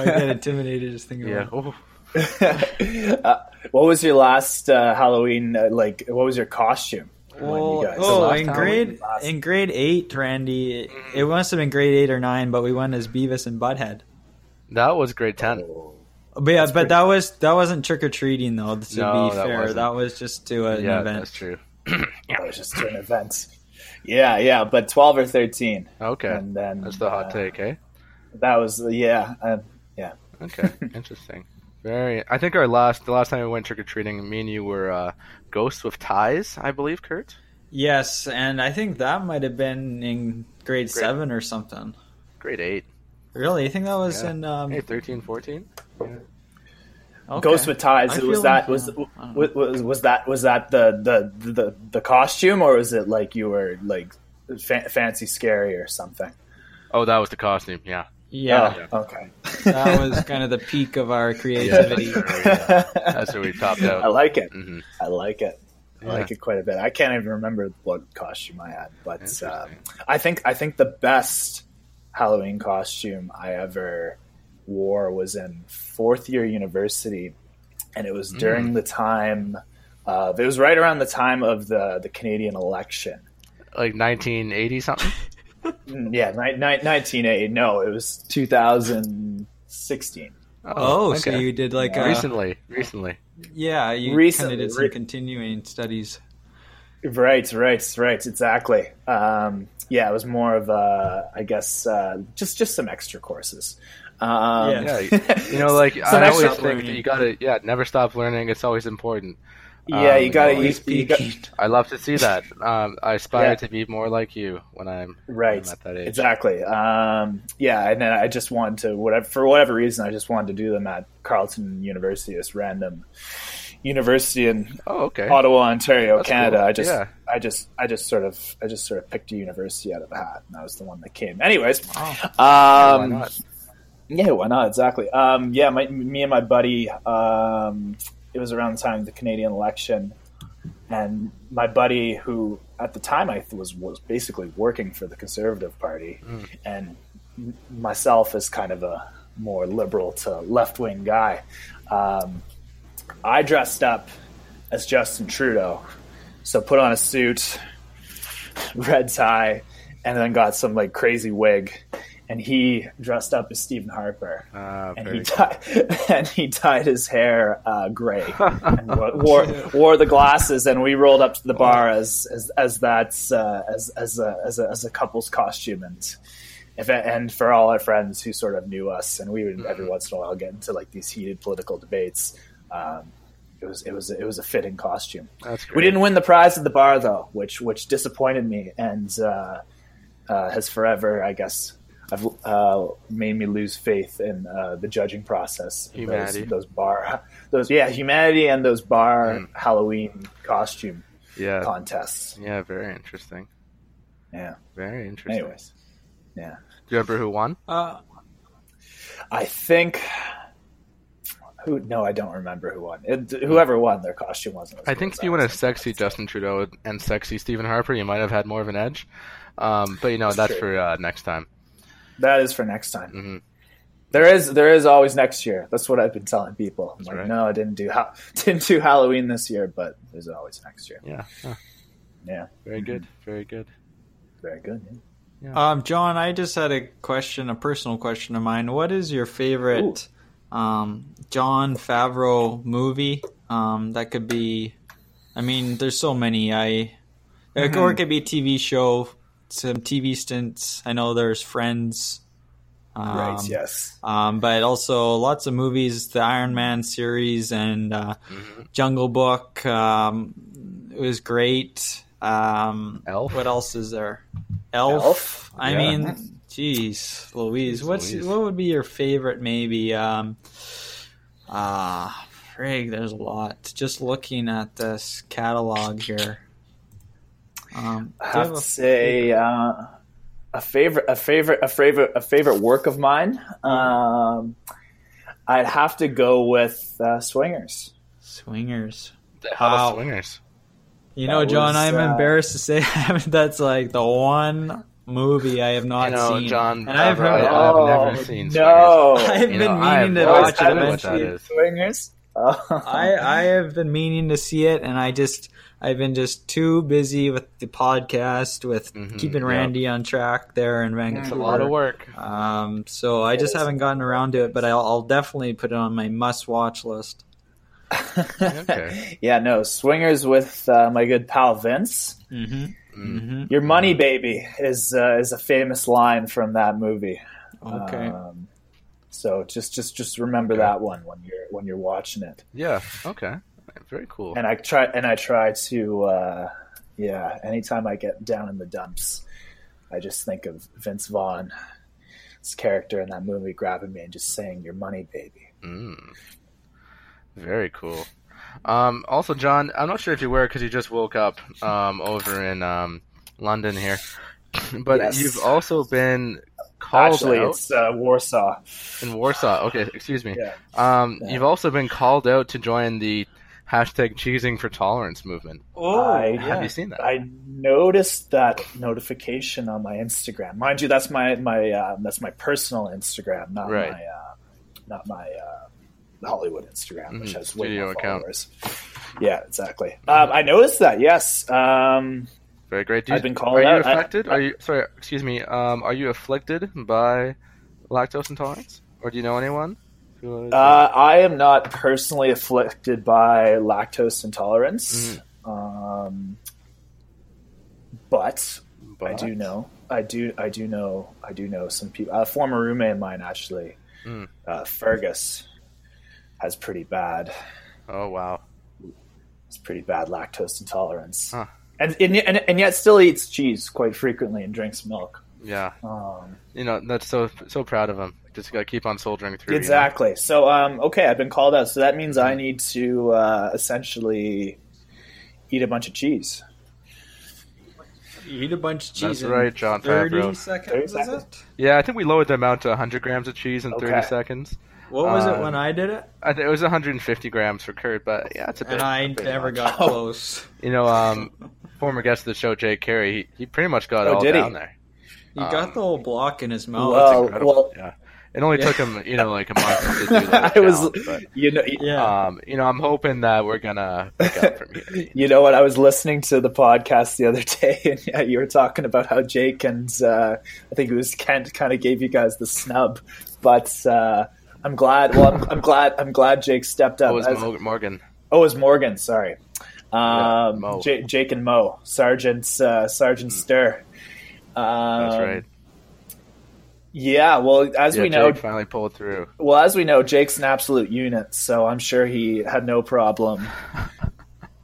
Speaker 6: I get intimidated just thinking
Speaker 7: Yeah.
Speaker 6: about
Speaker 7: Oh,
Speaker 3: uh, what was your last uh, Halloween uh, like? What was your costume?
Speaker 6: it.
Speaker 3: when you
Speaker 6: Well,
Speaker 3: guys-
Speaker 6: oh,
Speaker 7: last Mm.
Speaker 6: in
Speaker 7: time-
Speaker 6: grade
Speaker 3: last-
Speaker 6: in grade eight, Randy, it, it must have been grade eight or nine, but we went as Beavis and Butthead.
Speaker 7: that was grade ten.
Speaker 6: But yeah, but that was that wasn't trick or treating though. To
Speaker 7: No,
Speaker 6: be
Speaker 7: that
Speaker 6: fair,
Speaker 7: wasn't.
Speaker 6: that was just to an
Speaker 7: yeah,
Speaker 6: event.
Speaker 7: that's true.
Speaker 3: It was just an event. Yeah, yeah, but twelve or thirteen,
Speaker 7: Okay,
Speaker 3: and then
Speaker 7: that's the hot
Speaker 3: uh,
Speaker 7: take, eh?
Speaker 3: That was yeah, uh, yeah.
Speaker 7: Okay,
Speaker 6: *laughs*
Speaker 7: interesting. Very. I think our last the last time we went trick or treating, me and you were uh, ghosts with ties, I believe, Kurt.
Speaker 6: Yes, and I think that might have been in grade seven or something.
Speaker 7: Grade eight.
Speaker 6: Really, I think that was
Speaker 7: Yeah.
Speaker 6: in um,
Speaker 7: Hey, 13, 14?
Speaker 6: okay. Uh,
Speaker 3: Ghost with ties.
Speaker 6: I
Speaker 3: It was
Speaker 6: feel
Speaker 3: that
Speaker 6: like-
Speaker 3: was,
Speaker 6: yeah, I don't know.
Speaker 3: was was was that was that the the the the costume or was it like you were like fa- fancy scary or something?
Speaker 7: Oh, that was the costume. Yeah.
Speaker 6: Yeah,
Speaker 3: Oh, okay. *laughs*
Speaker 6: that was kind of the peak of
Speaker 7: *laughs*
Speaker 6: our creativity.
Speaker 7: That's where we topped out.
Speaker 3: I like it.
Speaker 7: Mhm.
Speaker 3: I like it. I like it quite a bit. I can't even remember what costume I had, but um,
Speaker 7: Interesting.
Speaker 3: I think I think the best Halloween costume I ever wore was in fourth year university, and it was during the time of it was right around the time of the the Canadian election.
Speaker 7: Like nineteen eighty something.
Speaker 3: Mm, Yeah, ni- ni- nineteen eighty. No, it was two thousand sixteen.
Speaker 6: Oh, so
Speaker 7: okay.
Speaker 6: you did like a,
Speaker 7: recently, recently.
Speaker 6: yeah, you kind
Speaker 3: Recently,
Speaker 6: of did
Speaker 3: re-
Speaker 6: some continuing studies.
Speaker 3: Right, right, right. Exactly. Um, yeah, it was more of a, I guess, uh, just just some extra courses. Um,
Speaker 6: Yeah.
Speaker 3: *laughs*
Speaker 7: Yeah, you, you know, like I
Speaker 3: next up,
Speaker 7: always think that
Speaker 6: learning.
Speaker 7: you gotta, yeah, never stop learning. It's always important.
Speaker 3: Yeah, um, you gotta-
Speaker 7: always
Speaker 3: you- you got-
Speaker 7: peaking. I love to see that. Um, I aspire
Speaker 3: Yeah.
Speaker 7: to be more like you when I'm
Speaker 3: right
Speaker 7: when I'm at that age.
Speaker 3: exactly um, yeah and then i just wanted to whatever for whatever reason i just wanted to do them at carleton university this random university in
Speaker 7: Oh, okay.
Speaker 3: ottawa ontario
Speaker 7: That's
Speaker 3: canada
Speaker 7: cool.
Speaker 3: i just
Speaker 7: Yeah.
Speaker 3: i just i just sort of i just sort of picked a university out of a hat and that was the one that came anyways
Speaker 7: Oh. Yeah,
Speaker 3: um,
Speaker 7: why not?
Speaker 3: yeah, why not? Exactly. Um, yeah, my, me and my buddy. Um, it was around the time of the Canadian election, and my buddy, who at the time I th- was was basically working for the Conservative Party, and m- myself as kind of a more liberal to left wing guy. Um, I dressed up as Justin Trudeau, so put on a suit, *laughs* red tie, and then got some like crazy wig. And he dressed up as Stephen Harper,
Speaker 7: Ah,
Speaker 3: and
Speaker 7: very
Speaker 3: he dyed, *laughs* and he dyed his hair uh, gray,
Speaker 7: *laughs*
Speaker 3: and wo- wore wore the glasses. And we rolled up to
Speaker 7: Oh.
Speaker 3: the bar as as as that's uh, as as a, as a as a couple's costume, and if, and for all our friends who sort of knew us, and we
Speaker 7: Mm-hmm.
Speaker 3: would every once in a while get into like these heated political debates. Um, it was it was it was a fitting costume.
Speaker 7: That's great.
Speaker 3: We didn't win the prize at the bar though, which which disappointed me and uh, uh, has forever, I guess, I've, uh, made me lose faith in uh, the judging process. of
Speaker 7: Humanity.
Speaker 3: Those, those bar, *laughs* those yeah, humanity and those bar
Speaker 7: Hmm.
Speaker 3: Halloween costume
Speaker 7: Yeah,
Speaker 3: contests.
Speaker 7: yeah, very interesting.
Speaker 3: Yeah.
Speaker 7: Very interesting.
Speaker 3: Anyways, yeah.
Speaker 7: Do you remember who won?
Speaker 6: Uh,
Speaker 3: I think. Who? No, I don't remember who won. It, whoever won, their costume wasn't. as
Speaker 7: I
Speaker 3: good
Speaker 7: think
Speaker 3: as
Speaker 7: if you
Speaker 3: ours.
Speaker 7: went as sexy Justin Trudeau and sexy Stephen Harper, you might have had more of an edge. Um, but you know, that's
Speaker 3: true.
Speaker 7: for uh, next time.
Speaker 3: That is for next time.
Speaker 7: Mhm.
Speaker 3: There is there is always next year. That's what I've been telling people. I'm like,
Speaker 7: right.
Speaker 3: no, I didn't do ha- *laughs* didn't do Halloween this year, but there's always next year.
Speaker 7: Yeah. yeah.
Speaker 3: Yeah, Mm-hmm.
Speaker 7: Very good. Very good.
Speaker 3: very good. yeah.
Speaker 6: Um, John, I just had a question, a personal question of mine. What is your favorite um, John Favreau movie? Um, that could be, I mean, there's so many. I it-
Speaker 3: Mm-hmm.
Speaker 6: or it could be a TV show, some TV stints. I know there's Friends. Um,
Speaker 3: Right. yes.
Speaker 6: Um, but also lots of movies, the Iron Man series and uh,
Speaker 7: Mm-hmm.
Speaker 6: Jungle Book um, was great. Um,
Speaker 7: Elf?
Speaker 6: What else is there? Elf.
Speaker 3: Elf?
Speaker 6: I
Speaker 7: Yeah.
Speaker 6: mean, jeez, Louise.
Speaker 7: Jeez
Speaker 6: what's
Speaker 7: Louise.
Speaker 6: what would be your favorite? Maybe. Um, ah, frig. There's a lot. Just looking at this catalog here. Um,
Speaker 3: I
Speaker 6: do you
Speaker 3: have
Speaker 6: have
Speaker 3: to
Speaker 6: a-
Speaker 3: say uh, a favorite, a favorite, a favorite, a favorite work of mine. Um, I'd have to go with uh, Swingers.
Speaker 6: swingers.
Speaker 7: The hell
Speaker 6: Wow.
Speaker 7: of swingers.
Speaker 6: You
Speaker 3: That
Speaker 6: know, John,
Speaker 3: was,
Speaker 6: I'm
Speaker 3: uh,
Speaker 6: embarrassed to say *laughs* that's like the one movie I have not
Speaker 7: You know,
Speaker 6: seen.
Speaker 7: John
Speaker 6: and I've
Speaker 7: Favreau,
Speaker 6: heard,
Speaker 7: I- I've never seen
Speaker 3: No, *laughs*
Speaker 6: *laughs* I've been
Speaker 7: You know, I
Speaker 6: meaning to
Speaker 7: have
Speaker 3: always
Speaker 6: watch it
Speaker 3: wondered
Speaker 7: what that
Speaker 6: eventually.
Speaker 7: is.
Speaker 3: Swingers. Oh.
Speaker 6: I I have been meaning to see it, and I just I've been just too busy with the podcast, with
Speaker 7: Mhm,
Speaker 6: keeping
Speaker 7: yeah.
Speaker 6: Randy on track there in Vancouver.
Speaker 7: It's
Speaker 3: Mm-hmm.
Speaker 7: a lot of work.
Speaker 3: *laughs*
Speaker 6: Um, so I just haven't gotten around to it, but I'll, I'll definitely put it on my must-watch list.
Speaker 7: Okay.
Speaker 3: *laughs* yeah, no, Swingers with uh, my good pal Vince.
Speaker 6: Mm-hmm. Mm-hmm.
Speaker 3: Your money, baby, is uh, is a famous line from that movie.
Speaker 6: Okay.
Speaker 3: Um, so just just just remember that one when you're when you're watching it.
Speaker 7: Yeah. Okay. Very cool.
Speaker 3: And I try and I try to uh, yeah. Anytime I get down in the dumps, I just think of Vince Vaughn's character in that movie grabbing me and just saying, "Your money, baby."
Speaker 7: Mm. Very cool. Um, also, John, I'm not sure if you were because you just woke up um, over in um, London here, *laughs* but
Speaker 3: Yes.
Speaker 7: you've also been called
Speaker 3: Actually,
Speaker 7: out
Speaker 3: it's uh, Warsaw.
Speaker 7: in Warsaw. Okay, excuse me.
Speaker 3: Yeah.
Speaker 7: Um, You've also been called out to join the hashtag Cheesing for Tolerance movement.
Speaker 6: Oh,
Speaker 3: I-
Speaker 7: Have you seen that?
Speaker 3: I noticed that notification on my Instagram. Mind you, that's my my uh, that's my personal Instagram, not
Speaker 7: Right.
Speaker 3: my uh, not my uh, Hollywood Instagram, which
Speaker 7: Mhm,
Speaker 3: has way
Speaker 7: studio
Speaker 3: more
Speaker 7: account.
Speaker 3: followers. Yeah, exactly. Um, I noticed that. Yes. Um,
Speaker 7: Very great. Do you,
Speaker 3: I've been called
Speaker 7: Are you
Speaker 3: out. I-
Speaker 7: affected? are you sorry? Excuse me. Um, are you afflicted by lactose intolerance, or do you know anyone? Who is,
Speaker 3: uh, I am not personally afflicted by lactose intolerance, um, but I
Speaker 7: but-
Speaker 3: do know. I do. I do know. I do know some people. A former roommate of mine, actually,
Speaker 7: Mm.
Speaker 3: uh, Fergus, has pretty bad.
Speaker 7: Oh wow.
Speaker 3: It's pretty bad lactose intolerance.
Speaker 7: Huh.
Speaker 3: And, and, yet- and and yet still eats cheese quite frequently and drinks milk.
Speaker 7: Yeah.
Speaker 3: Um,
Speaker 7: you know that's so so proud of him. Just gotta keep on soldiering through. you know?
Speaker 3: exactly. So um, okay, I've been called out. So that means I need to uh, essentially eat a bunch of cheese.
Speaker 6: You eat a bunch of cheese.
Speaker 7: That's
Speaker 6: in
Speaker 7: right, John
Speaker 6: Thirty
Speaker 7: Favreau.
Speaker 6: seconds.
Speaker 3: 30
Speaker 6: is
Speaker 3: seconds?
Speaker 6: it?
Speaker 7: Yeah, I think we lowered the amount to 100 grams of cheese in 30
Speaker 3: Okay.
Speaker 7: seconds.
Speaker 6: What was
Speaker 7: Um,
Speaker 6: it when I did it?
Speaker 7: I think it was 150 grams for Kurt, but yeah, it's a bit.
Speaker 6: And I
Speaker 7: a bit
Speaker 6: never
Speaker 7: much.
Speaker 3: *laughs* Oh,
Speaker 6: got close.
Speaker 7: You know, um, former guest of the show, Jay Carey, he, he pretty much got it
Speaker 3: Oh,
Speaker 7: all
Speaker 3: did he?
Speaker 7: down there.
Speaker 6: He got the whole block in his mouth.
Speaker 3: um, Well,
Speaker 7: Incredible.
Speaker 3: well-
Speaker 7: yeah. It only
Speaker 6: Yeah.
Speaker 7: took him, you know, like a month to do
Speaker 3: *laughs*
Speaker 7: that.
Speaker 3: I was,
Speaker 7: but,
Speaker 3: you know,
Speaker 6: yeah.
Speaker 7: um, you know, I'm hoping that we're gonna pick up from
Speaker 3: *laughs*
Speaker 7: here.
Speaker 3: You know what? I was listening to the podcast the other *laughs* day, and yeah, you were talking about how Jake and uh, I think it was Kent kind of gave you guys the snub. But uh, I'm glad. Well, I'm, I'm glad. I'm glad Jake stepped up.
Speaker 7: That was
Speaker 3: As-
Speaker 7: Mo- Morgan.
Speaker 3: oh, it was Morgan. Sorry,
Speaker 7: Yeah,
Speaker 3: um,
Speaker 7: Mo. Hmm.
Speaker 3: J- Jake and Mo, Sergeant uh, Sergeant Stir. Um,
Speaker 7: That's right.
Speaker 3: Yeah. Well, as
Speaker 7: yeah,
Speaker 3: we know,
Speaker 7: Jake finally pulled through.
Speaker 3: well, as we know, Jake's an absolute unit, so I'm sure he had no
Speaker 7: *laughs*
Speaker 3: problem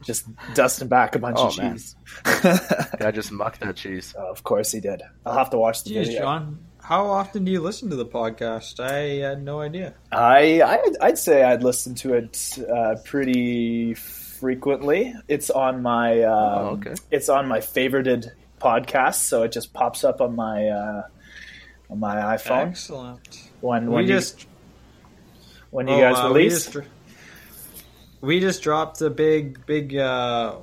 Speaker 3: just dusting back a bunch
Speaker 7: Oh,
Speaker 3: of
Speaker 7: man.
Speaker 3: cheese. *laughs*
Speaker 7: I just mucked that cheese.
Speaker 3: Oh, of course he did. I'll have to watch the
Speaker 6: Jeez,
Speaker 3: video.
Speaker 6: John, how often do you listen to the podcast? I had no idea.
Speaker 3: I, I I'd say I'd listen to it uh, pretty frequently. It's on my um,
Speaker 7: Oh, okay.
Speaker 3: it's on my favorited podcast, so it just pops up on my uh, on my iPhone
Speaker 6: Excellent.
Speaker 3: when
Speaker 6: we
Speaker 3: when you,
Speaker 6: just
Speaker 3: when you
Speaker 6: oh,
Speaker 3: guys
Speaker 6: uh, we
Speaker 3: release.
Speaker 6: just dr- We just dropped the big, big uh,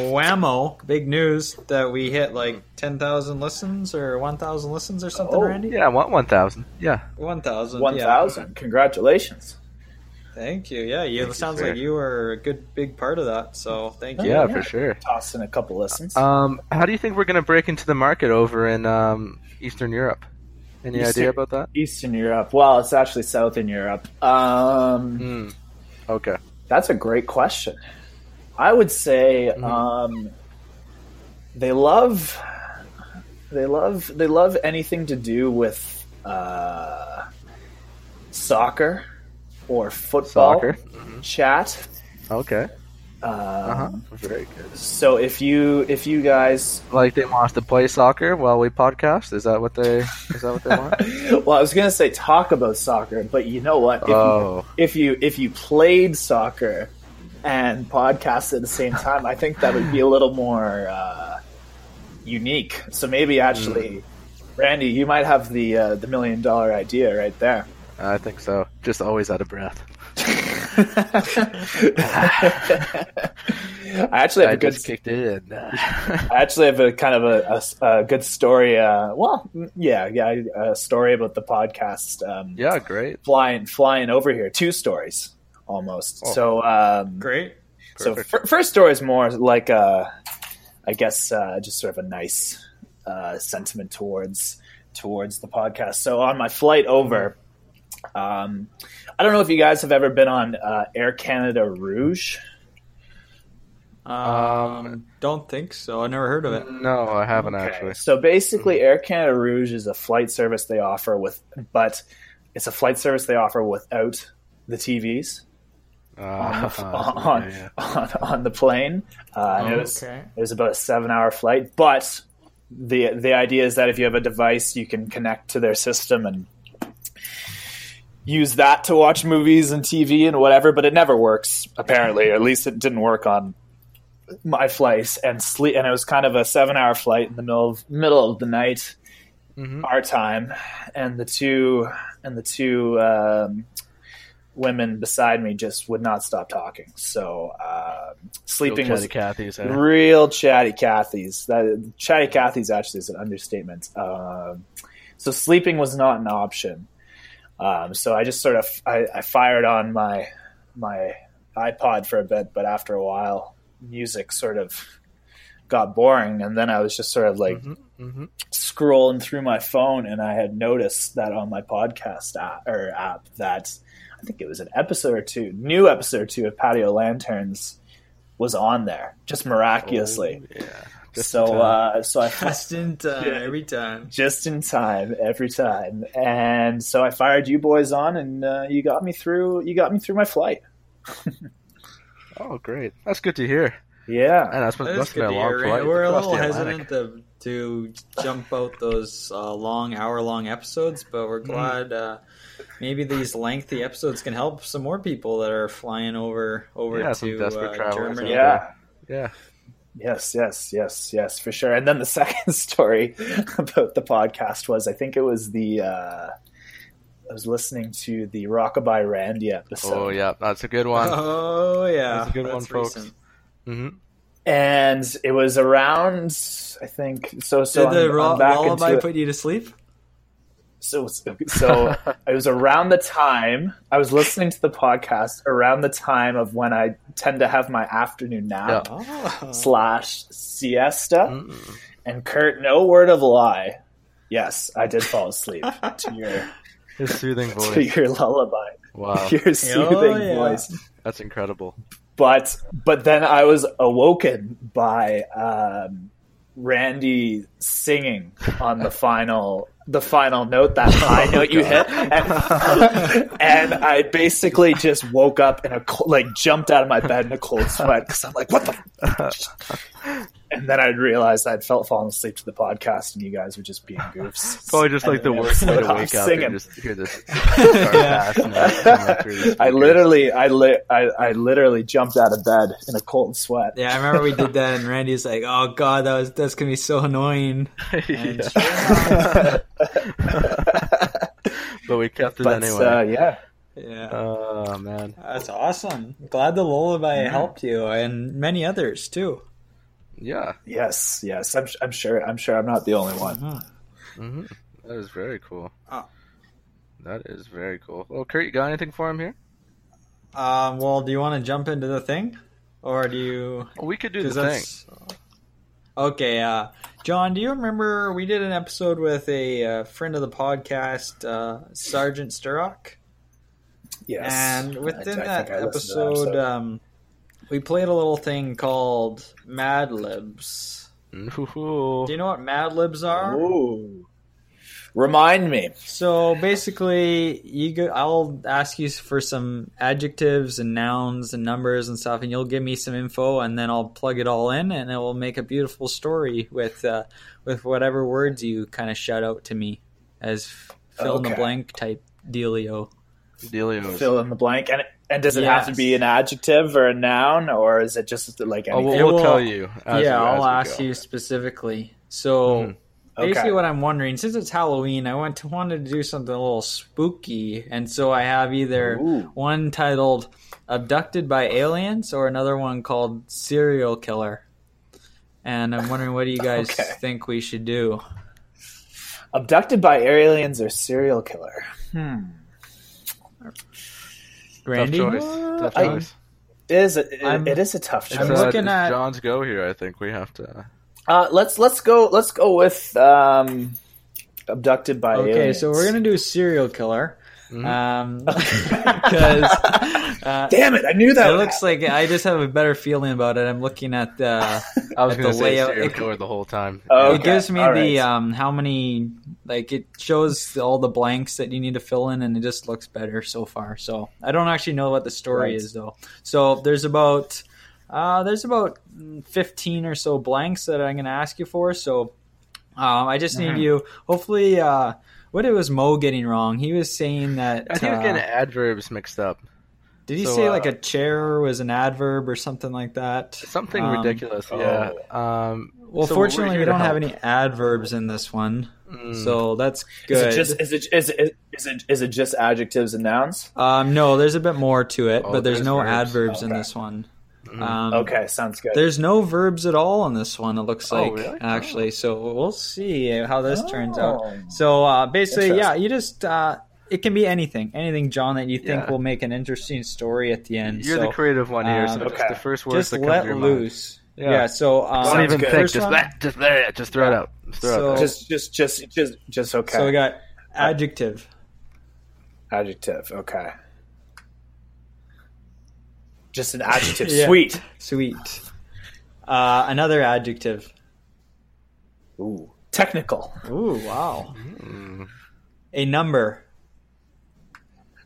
Speaker 6: whammo, big news that we hit like 10,000 listens or 1,000 listens or something,
Speaker 3: Oh.
Speaker 6: Randy?
Speaker 7: Yeah, I want 1,000. Yeah.
Speaker 6: 1,000.
Speaker 3: One
Speaker 6: yeah.
Speaker 3: thousand! Congratulations!
Speaker 6: Thank you. Yeah, you,
Speaker 7: Thank you,
Speaker 6: it sounds
Speaker 7: sir.
Speaker 6: like you were a good big part of that. So thank you.
Speaker 7: Yeah,
Speaker 3: Oh, yeah.
Speaker 7: for sure.
Speaker 3: Toss in a couple listens.
Speaker 7: Um, how do you think we're going to break into the market over in um, Eastern Europe? Any
Speaker 3: Eastern-
Speaker 7: idea about that?
Speaker 3: Eastern Europe. Well, it's actually Southern Europe. Um,
Speaker 7: Hmm. Okay.
Speaker 3: That's a great question. I would say
Speaker 7: Mm-hmm.
Speaker 3: um, they love they love they love anything to do with uh, soccer or football
Speaker 7: Soccer.
Speaker 3: chat.
Speaker 7: Okay.
Speaker 3: Um,
Speaker 7: Uh-huh. Very good.
Speaker 3: So if you if you guys
Speaker 7: Like they want us to play soccer while we podcast? Is that what they is that what they want?
Speaker 3: well, I was gonna say talk about soccer, but you know what? If,
Speaker 7: Oh.
Speaker 3: you, if you if you played soccer and podcasted at the same time, I think that would be a little more uh, unique. So maybe actually,
Speaker 7: Mm.
Speaker 3: Randy, you might have the uh, the million dollar idea right there.
Speaker 7: I think so. Just always out of breath.
Speaker 3: I actually have
Speaker 7: I
Speaker 3: a good
Speaker 7: just kicked in. *laughs*
Speaker 3: I actually have a kind of a, a- a good story. Uh, well, yeah, yeah, a story about the podcast. Um,
Speaker 7: yeah, great.
Speaker 3: flying flying over here. Two stories almost.
Speaker 7: Oh.
Speaker 3: So um,
Speaker 6: Great.
Speaker 3: so
Speaker 7: Perfect.
Speaker 3: fir- first story is more like a, I guess uh, just sort of a nice uh, sentiment towards towards the podcast. So on my flight over, um, I don't know if you guys have ever been on uh, Air Canada Rouge.
Speaker 6: Um, don't think so. I never heard *laughs* of it.
Speaker 7: No, I haven't
Speaker 3: Okay,
Speaker 7: actually.
Speaker 3: So basically, Air Canada Rouge is a flight service they offer with, but it's a flight service they offer without the TVs
Speaker 7: *laughs*
Speaker 3: *laughs* on the,
Speaker 7: Uh,
Speaker 3: on,
Speaker 7: yeah,
Speaker 3: on on the plane. Uh, and it was
Speaker 6: Okay.
Speaker 3: it was about a seven hour flight, but the the idea is that if you have a device, you can connect to their system and use that to watch movies and TV and whatever. But it never works apparently. or at least it didn't work on my flight and sleep. And it was kind of a seven hour flight in the middle of middle of the night.
Speaker 7: Mhm.
Speaker 3: Our time, and the two and the two um, women beside me just would not stop talking. So um sleeping
Speaker 7: Little
Speaker 3: was
Speaker 7: Chatty Cathy's. eh?
Speaker 3: real chatty Cathy's. That chatty Cathy's actually is an understatement. Um, so sleeping was not an option. Um, so I just sort of I, I fired on my my iPod for a bit, but after a while, music sort of got boring, and then I was just sort of like
Speaker 7: Mhm.
Speaker 3: scrolling through my phone and I had noticed that on my podcast app, or app that I think it was an episode or two, new episode or two of Patio Lanterns was on there just miraculously.
Speaker 7: Oh, Yeah. Just
Speaker 3: so
Speaker 7: in time.
Speaker 3: uh, so I
Speaker 6: Just in time,
Speaker 3: Yeah.
Speaker 6: uh, every time.
Speaker 3: *laughs* just in time every time, and so I fired you boys on, and uh, you got me through. You got me through my flight.
Speaker 7: Oh, great. That's good to hear.
Speaker 3: Yeah.
Speaker 7: And that's been,
Speaker 6: That
Speaker 7: that's
Speaker 6: is
Speaker 7: been
Speaker 6: good
Speaker 7: a
Speaker 6: to
Speaker 7: long
Speaker 6: hear,
Speaker 7: flight
Speaker 6: right? We're a
Speaker 7: across the
Speaker 6: little
Speaker 7: Atlantic.
Speaker 6: hesitant to, to jump out those uh, long, hour long episodes, but we're glad uh, maybe these lengthy episodes can help some more people that are flying over over
Speaker 7: Yeah, some
Speaker 6: to
Speaker 7: desperate
Speaker 6: uh,
Speaker 7: travelers
Speaker 6: Germany.
Speaker 7: out
Speaker 3: Yeah.
Speaker 7: Yeah.
Speaker 3: Yes, yes, yes, yes, for sure. And then the *laughs* second story about the podcast was I think it was the uh, I was listening to the Rockabye Randy episode.
Speaker 7: Oh, yeah. That's a
Speaker 6: *laughs*
Speaker 7: good one.
Speaker 6: Oh yeah,
Speaker 7: That's a good one, folks.
Speaker 6: recent.
Speaker 7: hmm
Speaker 3: And it was around I think so so
Speaker 6: Did the
Speaker 3: I'm,
Speaker 6: ro-
Speaker 3: I'm back
Speaker 6: lullaby
Speaker 3: into it.
Speaker 6: put you to sleep?
Speaker 3: so so,
Speaker 7: *laughs*
Speaker 3: so it was around the time I was listening to the podcast around the time of when I tend to have my afternoon nap slash siesta. And Kurt, no word of lie. Yes, I did fall asleep to your
Speaker 7: His soothing
Speaker 3: to
Speaker 7: voice.
Speaker 3: your lullaby, *laughs*
Speaker 7: Wow.
Speaker 3: your soothing
Speaker 6: yeah.
Speaker 3: voice.
Speaker 7: That's incredible.
Speaker 3: But but then I was awoken by um, Randy singing on the final the final note
Speaker 7: *laughs*
Speaker 3: that
Speaker 7: Oh
Speaker 3: high note you hit, and, and I basically just woke up in a co- like jumped out of my bed in a cold sweat because I'm like, what the.
Speaker 7: *laughs*
Speaker 3: And then I realized I'd felt falling asleep to the podcast, and you guys were just being goofs.
Speaker 7: Probably just
Speaker 3: And
Speaker 7: like the
Speaker 3: then I
Speaker 7: worst way to
Speaker 3: stopped
Speaker 7: wake up
Speaker 3: singing.
Speaker 7: and just hear
Speaker 3: *laughs*
Speaker 7: this. yeah.
Speaker 3: I literally, I, li- I I literally jumped out of bed in a cold sweat.
Speaker 6: Yeah, I remember we did that, and Randy's like, "Oh God, that was that's gonna be so
Speaker 7: *laughs*
Speaker 6: annoying." And
Speaker 3: *laughs*
Speaker 7: *laughs* But we kept it
Speaker 3: But
Speaker 7: anyway.
Speaker 3: uh, yeah,
Speaker 6: *laughs* yeah.
Speaker 7: oh man,
Speaker 6: That's awesome. Glad the lullaby helped you and many others too.
Speaker 7: yeah,
Speaker 3: yes, yes. I'm I'm sure I'm sure I'm not the only one.
Speaker 7: that is very cool.
Speaker 6: Oh.
Speaker 7: That is very cool. Well, Kurt, you got anything for him here?
Speaker 6: Um, well, do you want to jump into the thing? Or do you.
Speaker 7: Well, we could do
Speaker 6: 'cause
Speaker 7: the thing.
Speaker 6: that's- Okay, uh, John, do you remember we did an episode with a uh, friend of the podcast, uh, Sergeant Sturrock?
Speaker 3: Yes,
Speaker 6: And within
Speaker 3: I- I
Speaker 6: that,
Speaker 3: think I listened to that
Speaker 6: episode, Um, we played a little thing called Mad Libs.
Speaker 7: Ooh.
Speaker 6: Do you know what Mad Libs are?
Speaker 3: Ooh. Remind me.
Speaker 6: So basically, you go, I'll ask you for some adjectives and nouns and numbers and stuff, and you'll give me some info, and then I'll plug it all in, and it will make a beautiful story with uh, with whatever words you kind of shout out to me as f- fill in the
Speaker 3: Okay.
Speaker 6: blank type dealio.
Speaker 7: Delio's.
Speaker 3: Fill in the blank. And and does it have to
Speaker 6: Yes.
Speaker 3: be an adjective or a noun, or is it just like
Speaker 7: oh,
Speaker 3: anything?
Speaker 7: we'll,
Speaker 6: It
Speaker 7: we'll
Speaker 6: will-
Speaker 7: tell you. as
Speaker 6: yeah,
Speaker 7: we- as
Speaker 6: I'll
Speaker 7: we
Speaker 6: ask
Speaker 7: go. Mm-hmm.
Speaker 6: you specifically. So
Speaker 3: Okay.
Speaker 6: basically, what I'm wondering, since it's Halloween, I want to, wanted to do something a little spooky, and so I have either
Speaker 3: Ooh.
Speaker 6: one titled "Abducted by Aliens" or another one called "Serial Killer." And I'm wondering, what do you guys
Speaker 3: Okay.
Speaker 6: think we should do?
Speaker 3: Abducted by aliens or serial killer? Hmm.
Speaker 7: Tough
Speaker 6: Randy,
Speaker 7: choice. Tough
Speaker 3: I-
Speaker 7: choice.
Speaker 3: It is a, it-
Speaker 6: I'm-
Speaker 3: it is a tough choice.
Speaker 6: I'm
Speaker 7: So,
Speaker 6: looking
Speaker 7: it's
Speaker 6: at-
Speaker 7: John's go here. I think we have to.
Speaker 3: Uh, let's let's go let's go with um, abducted by
Speaker 6: Okay,
Speaker 3: aliens.
Speaker 6: so we're gonna do "Serial Killer"
Speaker 7: Mm-hmm.
Speaker 6: Um,
Speaker 3: *laughs*
Speaker 6: *laughs* because
Speaker 3: Damn it! I knew that.
Speaker 6: uh, it
Speaker 3: would
Speaker 6: looks like I just have a better feeling about it. I'm looking at
Speaker 3: *laughs*
Speaker 6: the.
Speaker 7: I was
Speaker 6: at
Speaker 7: going
Speaker 6: the Uh,
Speaker 7: to say
Speaker 6: layout. *laughs*
Speaker 7: serial
Speaker 6: It-
Speaker 7: killer the whole time.
Speaker 3: Oh.
Speaker 6: It
Speaker 3: Okay,
Speaker 6: gives me
Speaker 3: all
Speaker 6: the
Speaker 3: right.
Speaker 6: um how many like it shows all the blanks that you need to fill in and it just looks better so far. So I don't actually know what the story
Speaker 3: Right.
Speaker 6: is though. So there's about uh there's about mm, 15 or so blanks that I'm going to ask you for. So um I just
Speaker 7: Mm-hmm.
Speaker 6: need you hopefully uh what it was Mo getting wrong. He was saying that
Speaker 7: I think
Speaker 6: uh,
Speaker 7: I'm getting adverbs mixed up.
Speaker 6: did he
Speaker 7: so,
Speaker 6: say
Speaker 7: uh,
Speaker 6: like a chair was an adverb or something like that?
Speaker 7: Something
Speaker 6: Um, oh.
Speaker 7: ridiculous. Yeah. Um,
Speaker 6: Well,
Speaker 7: so we're
Speaker 6: fortunately,
Speaker 7: here
Speaker 6: we
Speaker 7: to
Speaker 6: don't have
Speaker 7: help. Hmm.
Speaker 6: any adverbs in this one,
Speaker 7: mm.
Speaker 6: so that's
Speaker 3: Is
Speaker 6: good.
Speaker 3: it just is it is it, is it is it just adjectives and nouns?
Speaker 6: Um, no, there's a bit more to it,
Speaker 7: Oh,
Speaker 6: but there's,
Speaker 7: there's
Speaker 6: no adverbs
Speaker 7: verbs. Mm-hmm.
Speaker 6: in
Speaker 3: Okay.
Speaker 6: this one. Um,
Speaker 3: Okay, sounds good.
Speaker 6: There's no verbs at all in this one. It looks like
Speaker 7: Oh, really?
Speaker 6: actually. So we'll see how this turns out.
Speaker 3: Oh.
Speaker 6: So uh, basically, yeah,
Speaker 3: Interesting.
Speaker 6: you just uh, it can be anything, anything, John, that you think
Speaker 7: Yeah.
Speaker 6: will make an interesting story at the end.
Speaker 7: You're
Speaker 6: so
Speaker 7: the creative one here, so
Speaker 6: um,
Speaker 7: just
Speaker 3: Okay.
Speaker 7: the first words
Speaker 6: just
Speaker 7: that come
Speaker 6: let
Speaker 7: to your
Speaker 6: loose.
Speaker 7: Yeah.
Speaker 6: Yeah. So um,
Speaker 7: mind. Don't even
Speaker 3: good.
Speaker 7: think.
Speaker 6: first
Speaker 7: Just
Speaker 6: one-
Speaker 7: let, just let it. Just throw it out. Just throw
Speaker 6: So-
Speaker 7: it out.
Speaker 3: just just just just just okay.
Speaker 6: So we got adjective.
Speaker 3: adjective. Okay. Just an adjective.
Speaker 6: *laughs* Yeah.
Speaker 3: Sweet.
Speaker 6: Sweet. Uh, another adjective.
Speaker 3: Ooh. Technical.
Speaker 6: Ooh, wow.
Speaker 7: Mm.
Speaker 6: A number.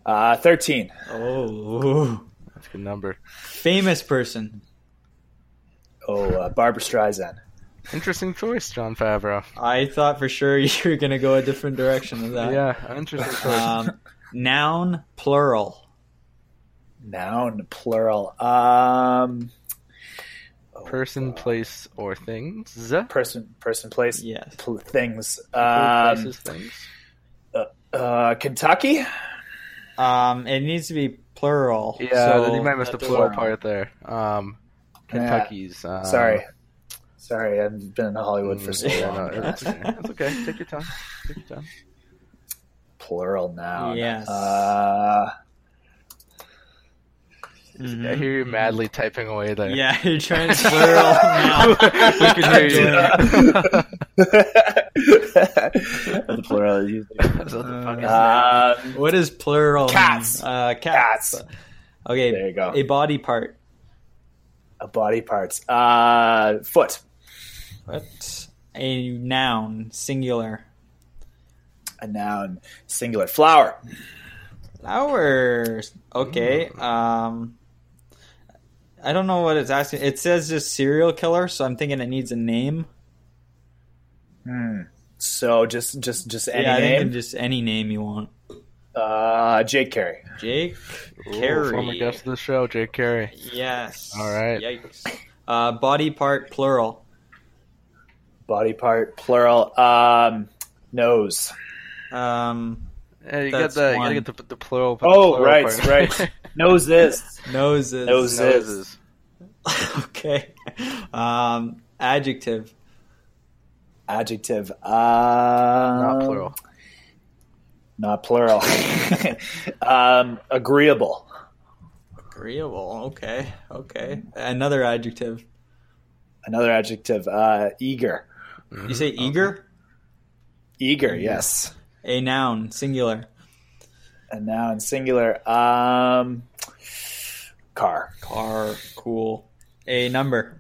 Speaker 3: Uh, Thirteen.
Speaker 6: Oh.
Speaker 7: It's a good number.
Speaker 6: Famous person.
Speaker 3: Oh, uh, Barbara Streisand.
Speaker 7: Interesting choice, John Favreau.
Speaker 6: I thought for sure *laughs* you were going to go a different direction with that.
Speaker 7: Yeah, interesting choice.
Speaker 6: Um, noun, plural.
Speaker 3: Noun, plural. Um,
Speaker 7: person, place, or things.
Speaker 6: Uh,
Speaker 3: person, person, place,
Speaker 6: Yes.
Speaker 3: pl- things.
Speaker 7: People,
Speaker 3: Um,
Speaker 7: places, things.
Speaker 3: uh, Kentucky.
Speaker 6: Um, it needs to be plural.
Speaker 7: Yeah,
Speaker 6: so
Speaker 7: you might miss
Speaker 6: that
Speaker 7: the
Speaker 6: doesn't-
Speaker 7: plural part there. Um, Kentucky's. Um,
Speaker 3: Sorry, sorry, I've been in Hollywood for so
Speaker 7: *laughs* yeah,
Speaker 3: long.
Speaker 7: no, that's okay. That's okay. Take your time. Take your
Speaker 6: *laughs*
Speaker 7: time.
Speaker 3: plural noun.
Speaker 6: Yes.
Speaker 3: Uh, *laughs*
Speaker 7: I
Speaker 6: Mhm.
Speaker 7: hear you madly typing away there.
Speaker 6: Yeah, *laughs* you're trying to plural. *laughs* noun.
Speaker 7: *laughs* we can hear you. *laughs*
Speaker 3: the plural is usually-
Speaker 7: What the fuck is that?
Speaker 3: Um,
Speaker 6: What is plural? mean?
Speaker 3: Cats.
Speaker 6: Uh, cats.
Speaker 3: cats.
Speaker 6: Okay.
Speaker 3: There you go.
Speaker 6: A body part.
Speaker 3: Uh, body parts. Uh, foot.
Speaker 6: What? A noun, singular.
Speaker 3: A noun. Singular. Flower.
Speaker 6: Flowers. Okay.
Speaker 3: Mm.
Speaker 6: Um, I don't know what it's asking. It says just serial killer, so I'm thinking it needs a name.
Speaker 3: So just just just any
Speaker 6: yeah, I think
Speaker 3: name.
Speaker 6: just any name you want.
Speaker 3: Uh, Jake Carey.
Speaker 6: Jake
Speaker 7: Ooh, Former
Speaker 6: Carey.
Speaker 7: guest of the show, Jake Carey.
Speaker 6: Yes.
Speaker 7: All right.
Speaker 6: Yikes. Uh, body part plural.
Speaker 3: Body part. Plural. Um, nose.
Speaker 6: Um,
Speaker 7: Yeah, you
Speaker 6: That's
Speaker 7: got the you
Speaker 6: one.
Speaker 7: gotta get the, the plural. the
Speaker 3: Oh,
Speaker 7: plural
Speaker 3: right,
Speaker 7: part. *laughs*
Speaker 3: right. Nose this.
Speaker 6: noses.
Speaker 3: Nose.
Speaker 7: Noses.
Speaker 6: *laughs* okay. Um, adjective.
Speaker 3: Adjective. Uh,
Speaker 7: Not plural.
Speaker 3: Not plural. *laughs* um, agreeable.
Speaker 6: Agreeable. Okay. Okay. Another adjective.
Speaker 3: Another adjective. Uh, eager.
Speaker 6: You
Speaker 7: Mm-hmm.
Speaker 6: say eager?
Speaker 3: Eager. Yes.
Speaker 6: A noun, singular.
Speaker 3: A noun. Singular. Um, car.
Speaker 6: Car. Cool. A number.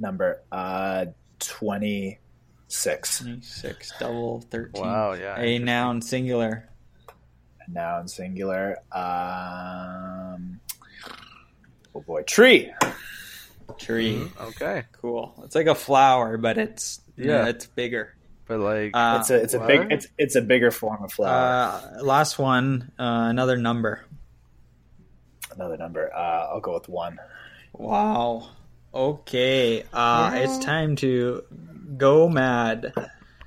Speaker 3: Number. Uh, twenty six.
Speaker 6: Six, double, thirteen.
Speaker 7: Wow, yeah,
Speaker 6: A noun, singular.
Speaker 3: Noun. Singular. Um, oh boy.
Speaker 6: Tree.
Speaker 3: Tree.
Speaker 7: Hmm, Mm-hmm. Okay,
Speaker 6: Cool. It's like a flower, but it's yeah,
Speaker 7: Yeah.
Speaker 6: it's bigger.
Speaker 7: but like
Speaker 6: Uh,
Speaker 3: It's a. It's a
Speaker 7: What?
Speaker 3: big. It's it's a bigger form of flower.
Speaker 6: uh, last one. Uh, another number.
Speaker 3: Another number. Uh, I'll go with one.
Speaker 6: Wow. Okay. Uh, it's time to go mad.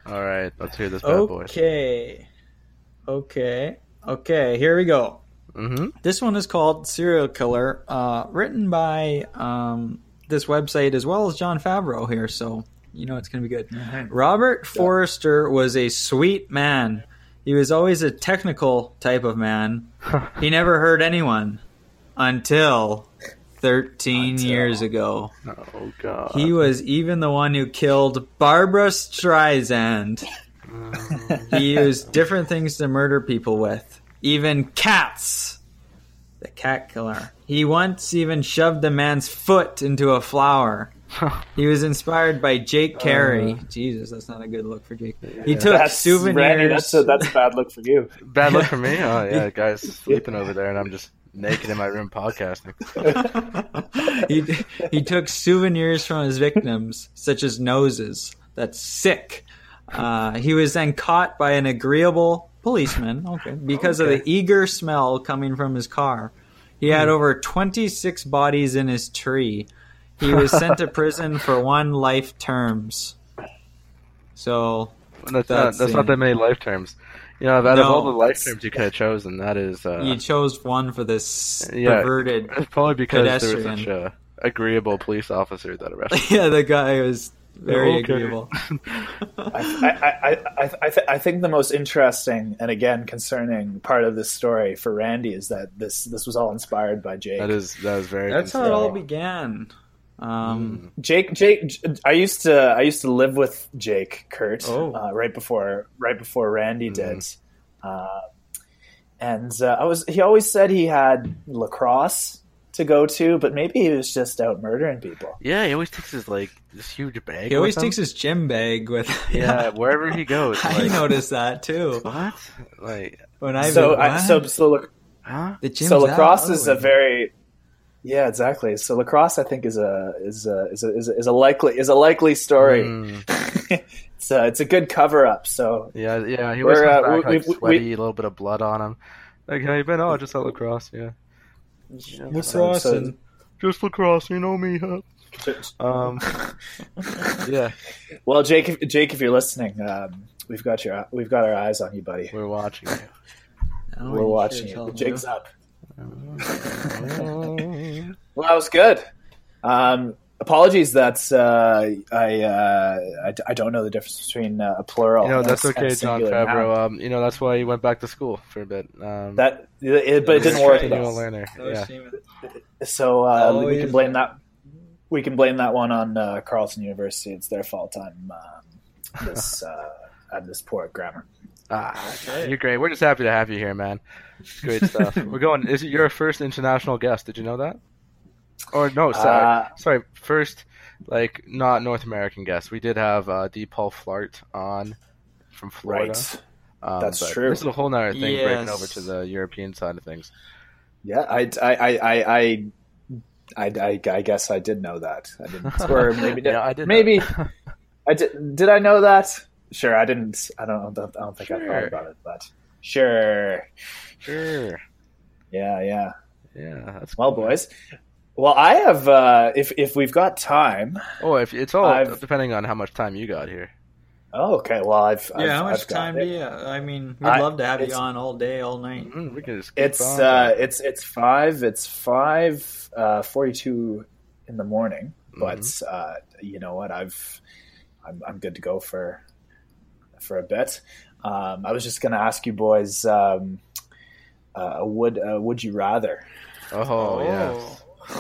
Speaker 7: All right, let's hear this bad boy.
Speaker 6: Okay. Okay. Okay. Here we go.
Speaker 7: Mm-hmm.
Speaker 6: This one is called Serial Killer, uh, written by um, this website as well as John Favreau here, so you know it's going to be good. Robert Forrester was a sweet man. He was always a technical type of man. he never hurt anyone until 13 years ago.
Speaker 7: Oh god.
Speaker 6: He was even the one who killed Barbara Streisand. he used different things to murder people with, even cats. The cat killer. He once even shoved a man's foot into a flower. He was inspired by Jake Carey. Jesus, that's not a good look for Jake. He took souvenirs.
Speaker 3: Randy, that's a that's a bad look for you.
Speaker 7: *laughs* Bad luck for me. Oh yeah, guys sleeping over there, and I'm just naked in my room podcasting.
Speaker 6: he, he took souvenirs from his victims, such as noses. That's sick. Uh, he was then caught by an agreeable policeman okay, Hmm. because of the eager smell coming from his car. He had over 26 bodies in his tree. He was sent to prison for one life terms. So,
Speaker 7: That's,
Speaker 6: That's
Speaker 7: not, that's not
Speaker 6: it.
Speaker 7: that many life terms. You know, out of
Speaker 6: No,
Speaker 7: all the life
Speaker 6: that's-
Speaker 7: terms you could have chosen, that is uh,
Speaker 6: you chose one for this
Speaker 7: yeah,
Speaker 6: perverted. *laughs*
Speaker 7: It's probably because there
Speaker 6: pedestrian.
Speaker 7: was such a agreeable police officer that arrested.
Speaker 6: yeah, the guy was very
Speaker 7: Okay.
Speaker 6: agreeable.
Speaker 3: I, I, I, I, th- I think the most interesting and again concerning part of this story for Randy is that this this was all inspired by Jake.
Speaker 7: that is that is very.
Speaker 6: That's how it
Speaker 7: concerning.
Speaker 6: all began. Um,
Speaker 3: Jake Jake J- I used to I used to live with Jake Kurt
Speaker 6: Oh.
Speaker 3: uh, right before right before Randy did. Uh, and uh, I was he always said he had lacrosse to go to, but maybe he was just out murdering people.
Speaker 7: Yeah, he always takes his like this huge bag.
Speaker 6: He always
Speaker 7: with him.
Speaker 6: takes his gym bag with.
Speaker 7: *laughs* yeah wherever he
Speaker 6: *laughs*
Speaker 7: goes.
Speaker 6: I
Speaker 7: like,
Speaker 6: noticed that too.
Speaker 7: What? Like
Speaker 6: When I
Speaker 3: so
Speaker 6: what?
Speaker 3: I, so so look.
Speaker 7: Huh?
Speaker 6: The gym's
Speaker 3: so
Speaker 6: that
Speaker 3: lacrosse
Speaker 6: other
Speaker 3: is
Speaker 6: way.
Speaker 3: a very yeah exactly so lacrosse i think is a is a is a is a, is a likely is a likely story
Speaker 6: Mm.
Speaker 3: *laughs*
Speaker 7: Hmm.
Speaker 3: it's a it's a good cover up so
Speaker 7: Yeah, yeah. He was
Speaker 3: We're, uh,
Speaker 7: back,
Speaker 3: we- we-
Speaker 7: like,
Speaker 3: we-
Speaker 7: sweaty, a little bit of blood on him. Like, how you been? Oh, just at lacrosse. Yeah,
Speaker 6: Lacrosse
Speaker 3: so-
Speaker 6: and
Speaker 7: just lacrosse. You know me, huh?
Speaker 6: *laughs*
Speaker 7: Um, yeah,
Speaker 3: well jake if, jake if you're listening um we've got your we've got our eyes on you buddy
Speaker 7: we're watching. *laughs* you.
Speaker 6: Oh,
Speaker 3: we're
Speaker 6: you
Speaker 3: watching
Speaker 6: should've
Speaker 3: you
Speaker 6: told
Speaker 3: jake's
Speaker 6: me.
Speaker 3: up
Speaker 7: Um,
Speaker 3: Well, that was good. Um, apologies that uh, I, uh, I d- I don't know the difference between uh, a plural.
Speaker 7: you know
Speaker 6: Oh,
Speaker 3: and a
Speaker 7: that's
Speaker 3: s- and a
Speaker 7: okay, John
Speaker 3: singular
Speaker 7: Favreau.
Speaker 3: noun.
Speaker 7: Um, you know that's why he went back to school for a bit. Um,
Speaker 3: That, it, but it didn't
Speaker 6: That's
Speaker 3: work.
Speaker 6: right.
Speaker 3: with
Speaker 7: continual
Speaker 3: us.
Speaker 7: learner.
Speaker 6: No
Speaker 7: yeah.
Speaker 6: shame in-
Speaker 3: So uh, we
Speaker 6: Always.
Speaker 3: can blame that. We can blame that one on uh, Carleton University. It's their fault.
Speaker 6: *laughs*
Speaker 3: I'm um, this. uh, I'm this poor at grammar.
Speaker 7: Ah, you're great. We're just happy to have you here, man. Great
Speaker 3: *laughs*
Speaker 7: stuff. We're going. Is it your first international guest? Did you know that? Or no, sorry,
Speaker 3: Uh,
Speaker 7: sorry. First, like not North American guest. We did have uh, D. Paul Flart on from Florida.
Speaker 3: Right.
Speaker 7: Um,
Speaker 3: That's
Speaker 7: but
Speaker 3: true.
Speaker 7: This is a whole nother thing breaking
Speaker 6: Yes.
Speaker 7: over to the European side of things.
Speaker 3: Yeah. I. I. I. I. I I, I, I guess I did know that. I
Speaker 7: *laughs*
Speaker 3: didn't, or maybe
Speaker 7: Yeah, I did know
Speaker 3: maybe
Speaker 7: that. *laughs*
Speaker 3: I did, did I know that? Sure, I didn't. I don't. I don't think I
Speaker 7: Sure.
Speaker 3: thought about it, but sure.
Speaker 7: sure.
Speaker 3: Yeah, yeah.
Speaker 7: Yeah, that's
Speaker 3: Well,
Speaker 7: cool.
Speaker 3: boys. Well, I have. Uh, if if we've got time.
Speaker 7: Oh, if it's all
Speaker 3: I've-
Speaker 7: depending on how much time you got here.
Speaker 3: Oh, okay. Well, I've. I've
Speaker 6: Yeah, how much
Speaker 3: I've got
Speaker 6: time
Speaker 3: it.
Speaker 6: do you? I mean, we'd
Speaker 3: I-
Speaker 6: love to have you
Speaker 3: it's-
Speaker 6: on all day, all night.
Speaker 7: Mm, we can just. keep
Speaker 3: It's
Speaker 7: on.
Speaker 3: uh, it's it's five. It's five uh, forty-two in the morning. But uh, you know what? I've. I'm I'm good to go for. For a bit, um, I was just going to ask you boys. Um, uh, would uh, Would you rather? uh,
Speaker 7: oh, yeah.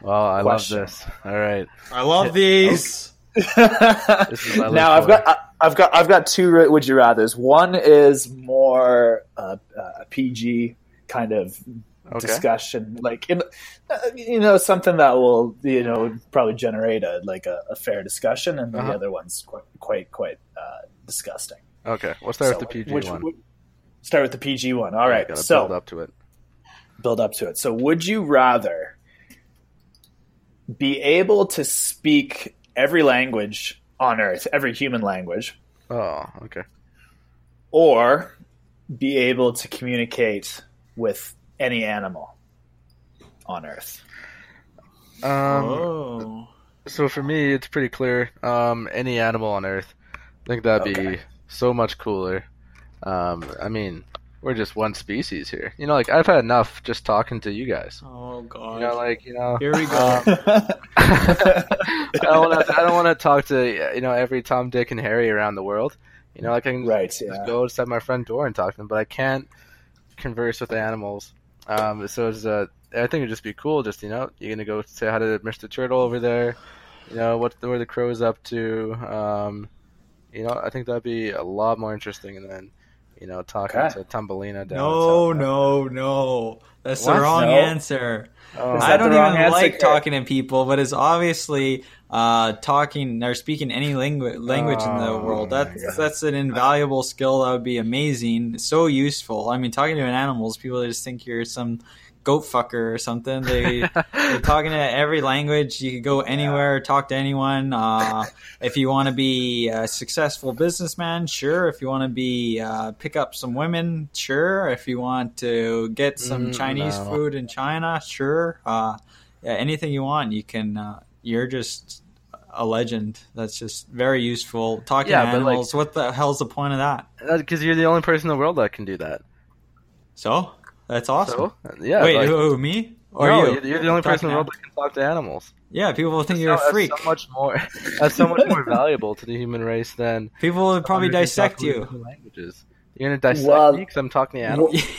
Speaker 7: Well, I
Speaker 3: Question.
Speaker 7: love this. All right.
Speaker 6: I love these.
Speaker 7: This
Speaker 3: *laughs*
Speaker 7: is what I
Speaker 3: now
Speaker 7: look
Speaker 3: I've got I- I've got I've got two ra- would you rather's. One is more uh, uh, PG kind of
Speaker 7: Okay.
Speaker 3: discussion, like in, uh, you know something that will you know probably generate a like a, a fair discussion, and
Speaker 7: Uh-huh.
Speaker 3: the other one's quite quite quite uh, disgusting.
Speaker 7: Okay, we'll start
Speaker 3: So,
Speaker 7: with the PG
Speaker 3: which-
Speaker 7: one.
Speaker 3: w- Start with the PG one. All right,
Speaker 7: gotta
Speaker 3: so
Speaker 7: build up to it.
Speaker 3: build up to it. So, would you rather be able to speak every language on Earth, every human language?
Speaker 7: Oh, okay.
Speaker 3: or be able to communicate with any animal on Earth.
Speaker 7: Um,
Speaker 6: oh,
Speaker 7: So for me, it's pretty clear. Um, any animal on Earth, I think that'd be
Speaker 3: Okay.
Speaker 7: so much cooler. Um, I mean, we're just one species here. You know, like I've had enough just talking to you guys.
Speaker 6: oh god.
Speaker 7: You know, like
Speaker 3: *laughs*
Speaker 7: you know, *laughs*
Speaker 6: Here we go.
Speaker 7: I don't want to. I don't want to talk to you know every Tom, Dick, and Harry around the world. You know, like I can just
Speaker 3: Right,
Speaker 7: just
Speaker 3: yeah.
Speaker 7: go outside my front door and talk to them, but I can't converse with animals. Um, so it's, uh, I think it'd just be cool. Just you know, you're gonna go say hi to Mr. Turtle over there. You know what where the crow's up to. Um, you know, I think that'd be a lot more interesting than you know talking
Speaker 3: Okay.
Speaker 7: to Tumbelina down.
Speaker 6: No,
Speaker 7: in South
Speaker 6: no, no. That's
Speaker 7: What?
Speaker 6: the wrong
Speaker 3: No.
Speaker 6: answer.
Speaker 7: Africa.
Speaker 3: Is
Speaker 7: Oh,
Speaker 6: I
Speaker 3: that
Speaker 6: don't
Speaker 3: the wrong
Speaker 6: even
Speaker 3: answer,
Speaker 6: like
Speaker 3: Kurt?
Speaker 6: talking to people, but it's obviously uh, talking or speaking any langu- language in the
Speaker 7: Oh,
Speaker 6: world.
Speaker 7: my
Speaker 6: That's that's an invaluable skill. That would be amazing. So useful. I mean, talking to an animals, people just think you're some goat fucker or something. They
Speaker 3: *laughs*
Speaker 7: *laughs*
Speaker 6: you're talking to every language. You could go anywhere, talk to anyone.
Speaker 7: *laughs*
Speaker 6: Uh, if you want to be a successful businessman, sure. If you want to be uh, pick up some women, sure. If you want to get some
Speaker 7: Mm,
Speaker 6: Chinese
Speaker 7: no.
Speaker 6: food in China, sure. Uh, yeah, anything you want, you can. Uh, you're just a legend. That's just very useful. Talking
Speaker 7: Yeah,
Speaker 6: to
Speaker 7: but, like-
Speaker 6: animals. what the hell's the point of that?
Speaker 7: because you're the only person in the world that can do that.
Speaker 6: So that's awesome.
Speaker 7: So, yeah.
Speaker 6: Wait,
Speaker 7: like-
Speaker 6: who, who, me or
Speaker 7: no,
Speaker 6: you?
Speaker 7: You're, you're the only person
Speaker 6: Talking
Speaker 7: in the world
Speaker 6: to-
Speaker 7: that can talk to animals.
Speaker 6: Yeah, people will think you're
Speaker 7: That's
Speaker 6: a freak.
Speaker 7: So much more. That's so much more valuable to the human race than
Speaker 6: People would probably
Speaker 7: hundred
Speaker 6: dissect
Speaker 7: and
Speaker 6: you.
Speaker 7: talking languages. You're gonna dissect
Speaker 3: Well-
Speaker 7: me because I'm talking to animals.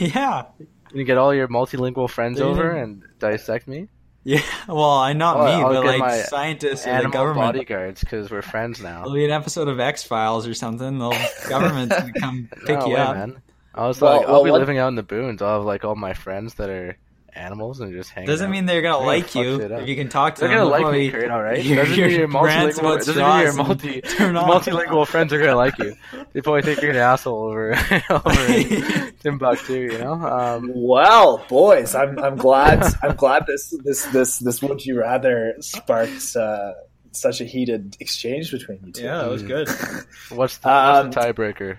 Speaker 6: *laughs* yeah.
Speaker 7: You're gonna get all your multilingual friends
Speaker 6: Yeah.
Speaker 7: over and dissect me.
Speaker 6: Yeah. Well, I not
Speaker 7: Oh,
Speaker 6: me,
Speaker 7: I'll
Speaker 6: but
Speaker 7: get my
Speaker 6: like scientists and the
Speaker 7: Animal
Speaker 6: government.
Speaker 7: bodyguards because we're friends now.
Speaker 6: It'll be an episode of X Files or something. The
Speaker 7: *laughs*
Speaker 6: government's gonna come
Speaker 7: No
Speaker 6: pick you
Speaker 7: way,
Speaker 6: up.
Speaker 7: man. I was
Speaker 3: Well,
Speaker 7: like, I'll
Speaker 3: well,
Speaker 7: be
Speaker 3: what-
Speaker 7: living out in the boons. I'll have like all my friends that are animals and just hang.
Speaker 6: Doesn't
Speaker 7: out.
Speaker 6: mean they're gonna
Speaker 7: They're
Speaker 6: like
Speaker 7: fuck
Speaker 6: you
Speaker 7: shit up.
Speaker 6: if you can talk to
Speaker 7: They're
Speaker 6: them.
Speaker 7: gonna like
Speaker 6: Well,
Speaker 7: me,
Speaker 6: you-
Speaker 7: Karen, all
Speaker 6: *laughs*
Speaker 7: right.
Speaker 6: your-
Speaker 7: Doesn't mean
Speaker 6: your
Speaker 7: your
Speaker 6: rants
Speaker 7: multilingual,
Speaker 6: about
Speaker 7: doesn't mean your
Speaker 6: straws and *laughs*
Speaker 7: multi,
Speaker 6: turn off. *laughs*
Speaker 7: multilingual friends are gonna like you. They probably think you're an asshole over, *laughs* over
Speaker 6: *laughs*
Speaker 7: in Timbuktu, you know. Um,
Speaker 3: Well, boys, I'm I'm glad I'm glad this this this this would you rather sparked uh, such a heated exchange between you two.
Speaker 6: Yeah, that was
Speaker 7: *laughs*
Speaker 6: good.
Speaker 7: what's the, what's
Speaker 3: Um,
Speaker 7: the tiebreaker?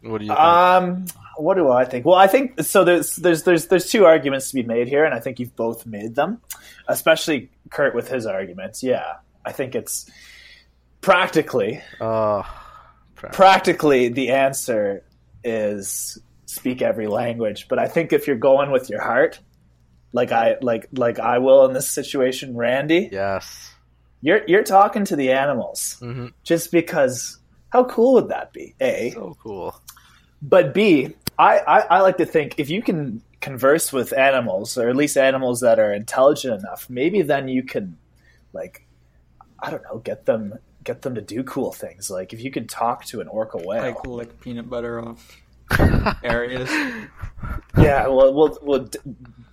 Speaker 7: What do you? Think?
Speaker 3: Um, what do I think? Well, I think so. There's there's there's there's two arguments to be made here, and I think you've both made them, especially Kurt with his arguments. Yeah, I think it's practically
Speaker 7: oh, crap.
Speaker 3: practically the answer is speak every language but i think if you're going with your heart like i like like i will in this situation randy
Speaker 7: yes.
Speaker 3: you're you're talking to the animals
Speaker 7: hmm
Speaker 3: just because how cool would that be a
Speaker 7: So cool.
Speaker 3: but b I, I i like to think if you can converse with animals or at least animals that are intelligent enough maybe then you can like i don't know get them get them to do cool things like if you could talk to an orca whale
Speaker 6: Like lick peanut butter
Speaker 7: *laughs*
Speaker 6: off areas. *laughs*
Speaker 3: Yeah, well, we'll, we'll d-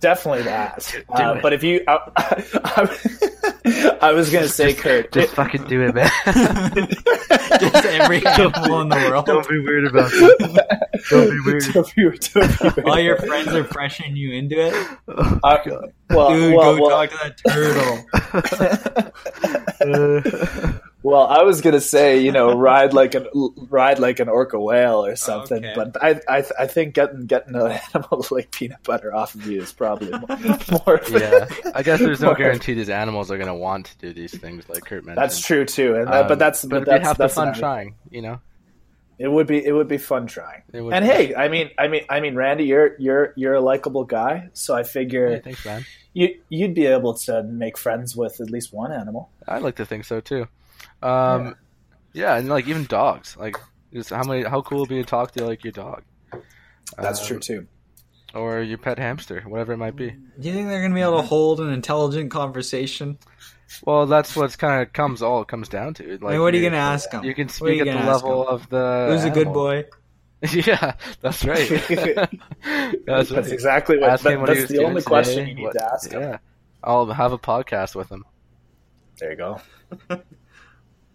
Speaker 3: definitely that. Uh,
Speaker 7: it.
Speaker 3: but if you, I, I, I was gonna
Speaker 6: *laughs*
Speaker 3: say, Kurt,
Speaker 7: Just fucking do it, man.
Speaker 6: Just every animal in the world.
Speaker 7: *laughs* Don't be weird about it. Don't be
Speaker 3: *laughs*
Speaker 7: weird.
Speaker 3: W- W-
Speaker 6: All your friends are pressuring you into it.
Speaker 7: *laughs*
Speaker 3: I- Uh,
Speaker 7: Uh,
Speaker 3: well,
Speaker 6: Dude,
Speaker 3: well,
Speaker 6: go
Speaker 3: well,
Speaker 6: talk to that turtle.
Speaker 3: *laughs* well, I was gonna say, you know, ride like an ride like an orca whale or something.
Speaker 6: Okay.
Speaker 3: But I, I, I think getting getting an animal *laughs* to lick peanut butter off of you is probably more. more of a-
Speaker 7: yeah, I guess there's no
Speaker 3: Mark.
Speaker 7: guarantee these animals are gonna want to do these things, like Kurt mentioned.
Speaker 3: That's true too, and that,
Speaker 7: Um,
Speaker 3: but that's
Speaker 7: but
Speaker 3: but
Speaker 7: it'd be
Speaker 3: that's,
Speaker 7: half the
Speaker 3: that's
Speaker 7: fun
Speaker 3: another-
Speaker 7: trying, you know.
Speaker 3: It would be it would be fun trying.
Speaker 7: It would
Speaker 3: and
Speaker 7: be.
Speaker 3: hey, I mean, I mean, I mean, Randy, you're you're you're a likable guy, so I figure
Speaker 7: Yeah, thanks, man.
Speaker 3: you you'd be able to make friends with at least one animal.
Speaker 7: I like to think so too. Um, yeah. and like even dogs, like just how many, how cool would it be to talk to like your dog
Speaker 3: That's
Speaker 7: Um,
Speaker 3: true too.
Speaker 7: or your pet hamster, whatever it might be.
Speaker 6: Do you think they're gonna be
Speaker 7: Mm-hmm.
Speaker 6: able to hold an intelligent conversation?
Speaker 7: Well, that's what's kind of comes all it comes down to. Like,
Speaker 6: I mean, what are you
Speaker 7: you-
Speaker 6: gonna ask them?
Speaker 7: You can speak at the level of the.
Speaker 6: Who's a good
Speaker 7: animal.
Speaker 6: boy?
Speaker 7: *laughs* yeah,
Speaker 6: *laughs*
Speaker 7: that's right. that's
Speaker 3: That's,
Speaker 7: right.
Speaker 3: exactly what,
Speaker 7: Ask him
Speaker 3: that,
Speaker 7: what he
Speaker 3: that's
Speaker 7: was
Speaker 3: the
Speaker 7: doing
Speaker 3: only
Speaker 7: today,
Speaker 3: question you need
Speaker 7: what-
Speaker 3: to ask him.
Speaker 7: Yeah, I'll have a podcast with him.
Speaker 3: There you go.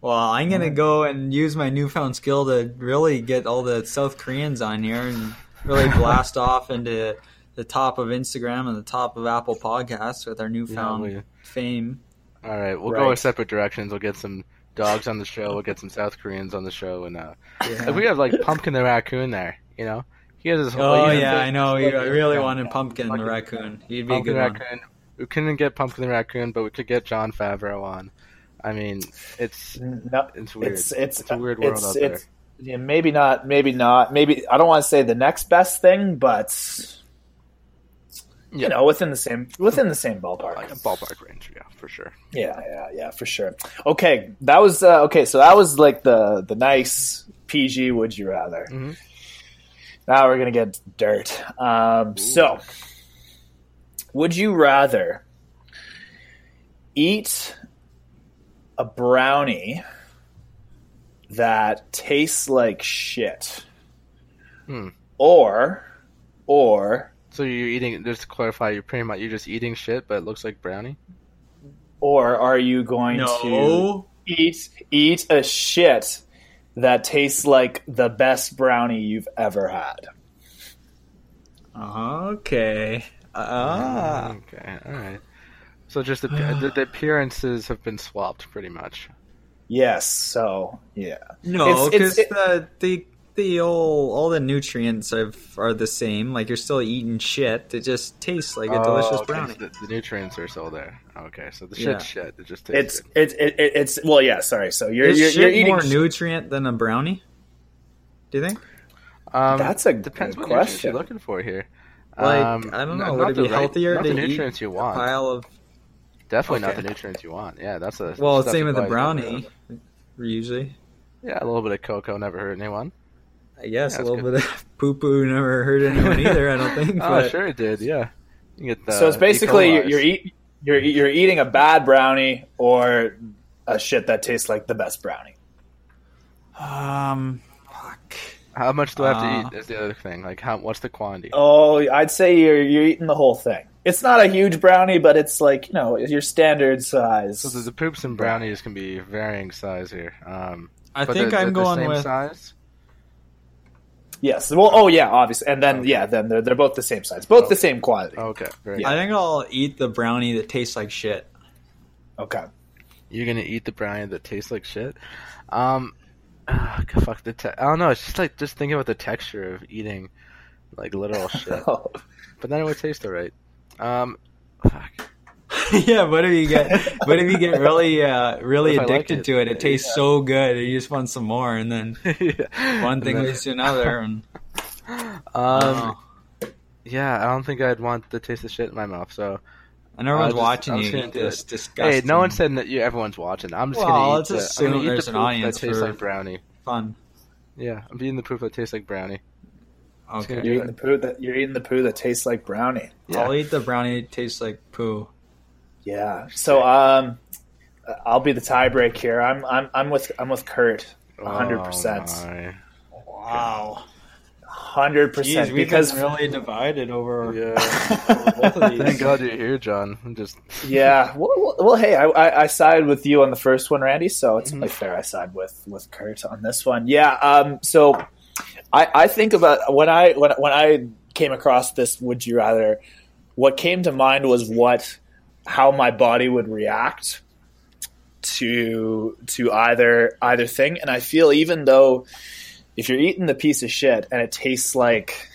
Speaker 6: Well, I'm gonna
Speaker 7: Mm-hmm.
Speaker 6: go and use my newfound skill to really get all the South Koreans on here and
Speaker 7: *laughs*
Speaker 6: really blast off into the top of Instagram and the top of Apple Podcasts with our newfound
Speaker 7: we-
Speaker 6: fame.
Speaker 7: All right, we'll go
Speaker 3: Right.
Speaker 7: our separate directions. We'll get some dogs on the show. We'll get some South Koreans on the show, and uh, if *laughs* we have like Pumpkin the raccoon there, you know, he has his whole.
Speaker 6: Oh
Speaker 7: he's a
Speaker 6: yeah,
Speaker 7: big-
Speaker 6: I know. You, I really wanted Pumpkin the
Speaker 7: Fucking-
Speaker 6: raccoon. He'd be a good
Speaker 7: Pumpkin the
Speaker 6: one.
Speaker 7: raccoon. We couldn't get Pumpkin the raccoon, but we could get John Favreau on. I mean, it's
Speaker 3: No,
Speaker 7: it's weird.
Speaker 3: It's it's,
Speaker 7: a weird world
Speaker 3: it's,
Speaker 7: out there.
Speaker 3: it's, yeah, maybe not. Maybe not. Maybe I don't want to say the next best thing, but
Speaker 7: Yeah.
Speaker 3: you know, within the same within the same ballpark.
Speaker 7: like a ballpark range, yeah, for sure.
Speaker 3: Yeah, yeah, yeah, for sure. Okay, that was uh, okay. So that was like the the nice PG. Would you rather?
Speaker 7: Mhm.
Speaker 3: Now we're gonna get dirt. Um, so, would you rather eat a brownie that tastes like shit,
Speaker 7: Hmm.
Speaker 3: or or
Speaker 7: So you're eating. Just to clarify, you're pretty much you're just eating shit, but it looks like brownie.
Speaker 3: or are you going to
Speaker 6: No,
Speaker 3: eat eat a shit that tastes like the best brownie you've ever had.
Speaker 6: Uh-huh. okay. Ah,
Speaker 7: Okay, all right. So just the, the, the appearances have been swapped, pretty much.
Speaker 3: Yes, so yeah.
Speaker 6: no,
Speaker 3: It's-
Speaker 6: because
Speaker 3: it's-
Speaker 6: the the the old all the nutrients are are the same. Like you're still eating shit. It just tastes like a delicious
Speaker 7: Uh, Oh, okay,
Speaker 6: brownie.
Speaker 7: so The, the nutrients are still there. Okay, so the
Speaker 6: Yeah.
Speaker 7: shit's shit. It just tastes
Speaker 3: It's it's it, it, it's well yeah, sorry. So you're
Speaker 6: Is
Speaker 3: you're,
Speaker 6: shit
Speaker 3: you're eating
Speaker 6: more
Speaker 3: sh-
Speaker 6: nutrient than a brownie? Do you think?
Speaker 7: good. Um,
Speaker 3: That's a
Speaker 7: depends
Speaker 3: good
Speaker 7: what nutrients
Speaker 3: question.
Speaker 7: you're looking for here.
Speaker 6: Like
Speaker 7: Um,
Speaker 6: I don't
Speaker 7: n-
Speaker 6: know.
Speaker 7: not
Speaker 6: Would it
Speaker 7: the
Speaker 6: be
Speaker 7: right-
Speaker 6: healthier
Speaker 7: not
Speaker 6: to
Speaker 7: the
Speaker 6: eat
Speaker 7: nutrients you
Speaker 6: a
Speaker 7: want.
Speaker 6: pile of?
Speaker 7: Definitely
Speaker 6: Okay.
Speaker 7: not the nutrients you want. Yeah, that's a
Speaker 6: *laughs* Well,
Speaker 7: that's
Speaker 6: same with the
Speaker 7: surprise.
Speaker 6: brownie. Usually,
Speaker 7: Yeah, a little bit of cocoa never hurt anyone.
Speaker 6: I guess
Speaker 7: Yeah,
Speaker 6: a
Speaker 7: that's
Speaker 6: little
Speaker 7: good.
Speaker 6: bit of *laughs* poo poo never hurt
Speaker 7: *laughs*
Speaker 6: anyone either. I don't think. *laughs*
Speaker 7: oh,
Speaker 6: but-
Speaker 7: sure it did. Yeah. You get the
Speaker 3: so it's
Speaker 7: E.
Speaker 3: basically you're,
Speaker 7: coli's.
Speaker 3: you're eat you're eat- you're eating a bad brownie or a shit that tastes like the best brownie.
Speaker 6: Um, fuck.
Speaker 7: How much do I have to
Speaker 6: Uh,
Speaker 7: eat? Is the other thing. Like, how? What's the quantity?
Speaker 3: Oh, I'd say you're you're eating the whole thing. It's not a huge brownie, but it's like you know your standard size.
Speaker 7: So the, the poops and brownies can be varying size here. Um,
Speaker 6: I
Speaker 7: but
Speaker 6: think
Speaker 7: they're-
Speaker 6: I'm
Speaker 7: they're the
Speaker 6: going
Speaker 7: same
Speaker 6: with-
Speaker 7: size.
Speaker 3: Yes. Well, oh yeah, obviously, and then yeah, then they're they're both the same size, both the same quality.
Speaker 7: Okay. Oh.
Speaker 6: I think I'll eat the brownie that tastes like shit.
Speaker 3: Okay.
Speaker 7: You're gonna eat the brownie that tastes like shit. Um, *sighs* ah, g- fuck the. Te- I don't know. It's just like just thinking about the texture of eating
Speaker 3: *laughs*
Speaker 7: like literal shit. But then it would taste alright. Um,
Speaker 6: *laughs* yeah, what if you get what if you get really uh, really
Speaker 7: What if I like
Speaker 6: addicted
Speaker 7: it?
Speaker 6: to it? It tastes so good, you just want some more, and then
Speaker 7: *laughs*
Speaker 6: one thing
Speaker 7: And then-
Speaker 6: leads to
Speaker 7: *laughs*
Speaker 6: another. And
Speaker 7: um,
Speaker 3: uh,
Speaker 7: yeah, I don't think I'd want the taste of shit in my mouth. So.
Speaker 6: And everyone's
Speaker 7: I'll just-
Speaker 6: watching
Speaker 7: I'm just
Speaker 6: you
Speaker 7: gonna
Speaker 6: eat
Speaker 7: do it.
Speaker 6: this
Speaker 7: Hey, no
Speaker 6: disgusting-
Speaker 7: one said that you, everyone's watching. I'm just
Speaker 6: Well,
Speaker 7: gonna eat
Speaker 6: let's
Speaker 7: the,
Speaker 6: assume
Speaker 7: I'm gonna eat
Speaker 6: there's
Speaker 7: the
Speaker 6: an
Speaker 7: poop
Speaker 6: audience
Speaker 7: that tastes
Speaker 6: for
Speaker 7: like brownie.
Speaker 6: Fun.
Speaker 7: Yeah, I'm eating the poop that tastes like brownie. Just
Speaker 6: Okay.
Speaker 7: gonna
Speaker 3: You're
Speaker 7: do
Speaker 3: eating the
Speaker 7: it.
Speaker 3: poo that you're eating the poo that tastes like brownie.
Speaker 6: I'll eat the brownie that tastes like poo.
Speaker 3: Yeah. So um, I'll be the tiebreak here. I'm I'm I'm with I'm with Kurt. hundred
Speaker 7: Oh
Speaker 3: percent.
Speaker 6: Wow.
Speaker 3: Hundred
Speaker 6: Jeez,
Speaker 3: percent.
Speaker 6: we've
Speaker 3: Because
Speaker 6: been
Speaker 3: *laughs*
Speaker 6: really divided over both of these. *laughs*
Speaker 7: Thank God you're here, John. I'm just
Speaker 3: yeah. Well, well, well, hey, I, I I sided with you on the first one, Randy. So it's only fair I side with with Kurt on this one. Yeah. Um. So I I think about when I when when I came across this would you rather, what came to mind was what how my body would react to to either either thing and i feel even though if you're eating the piece of shit and it tastes like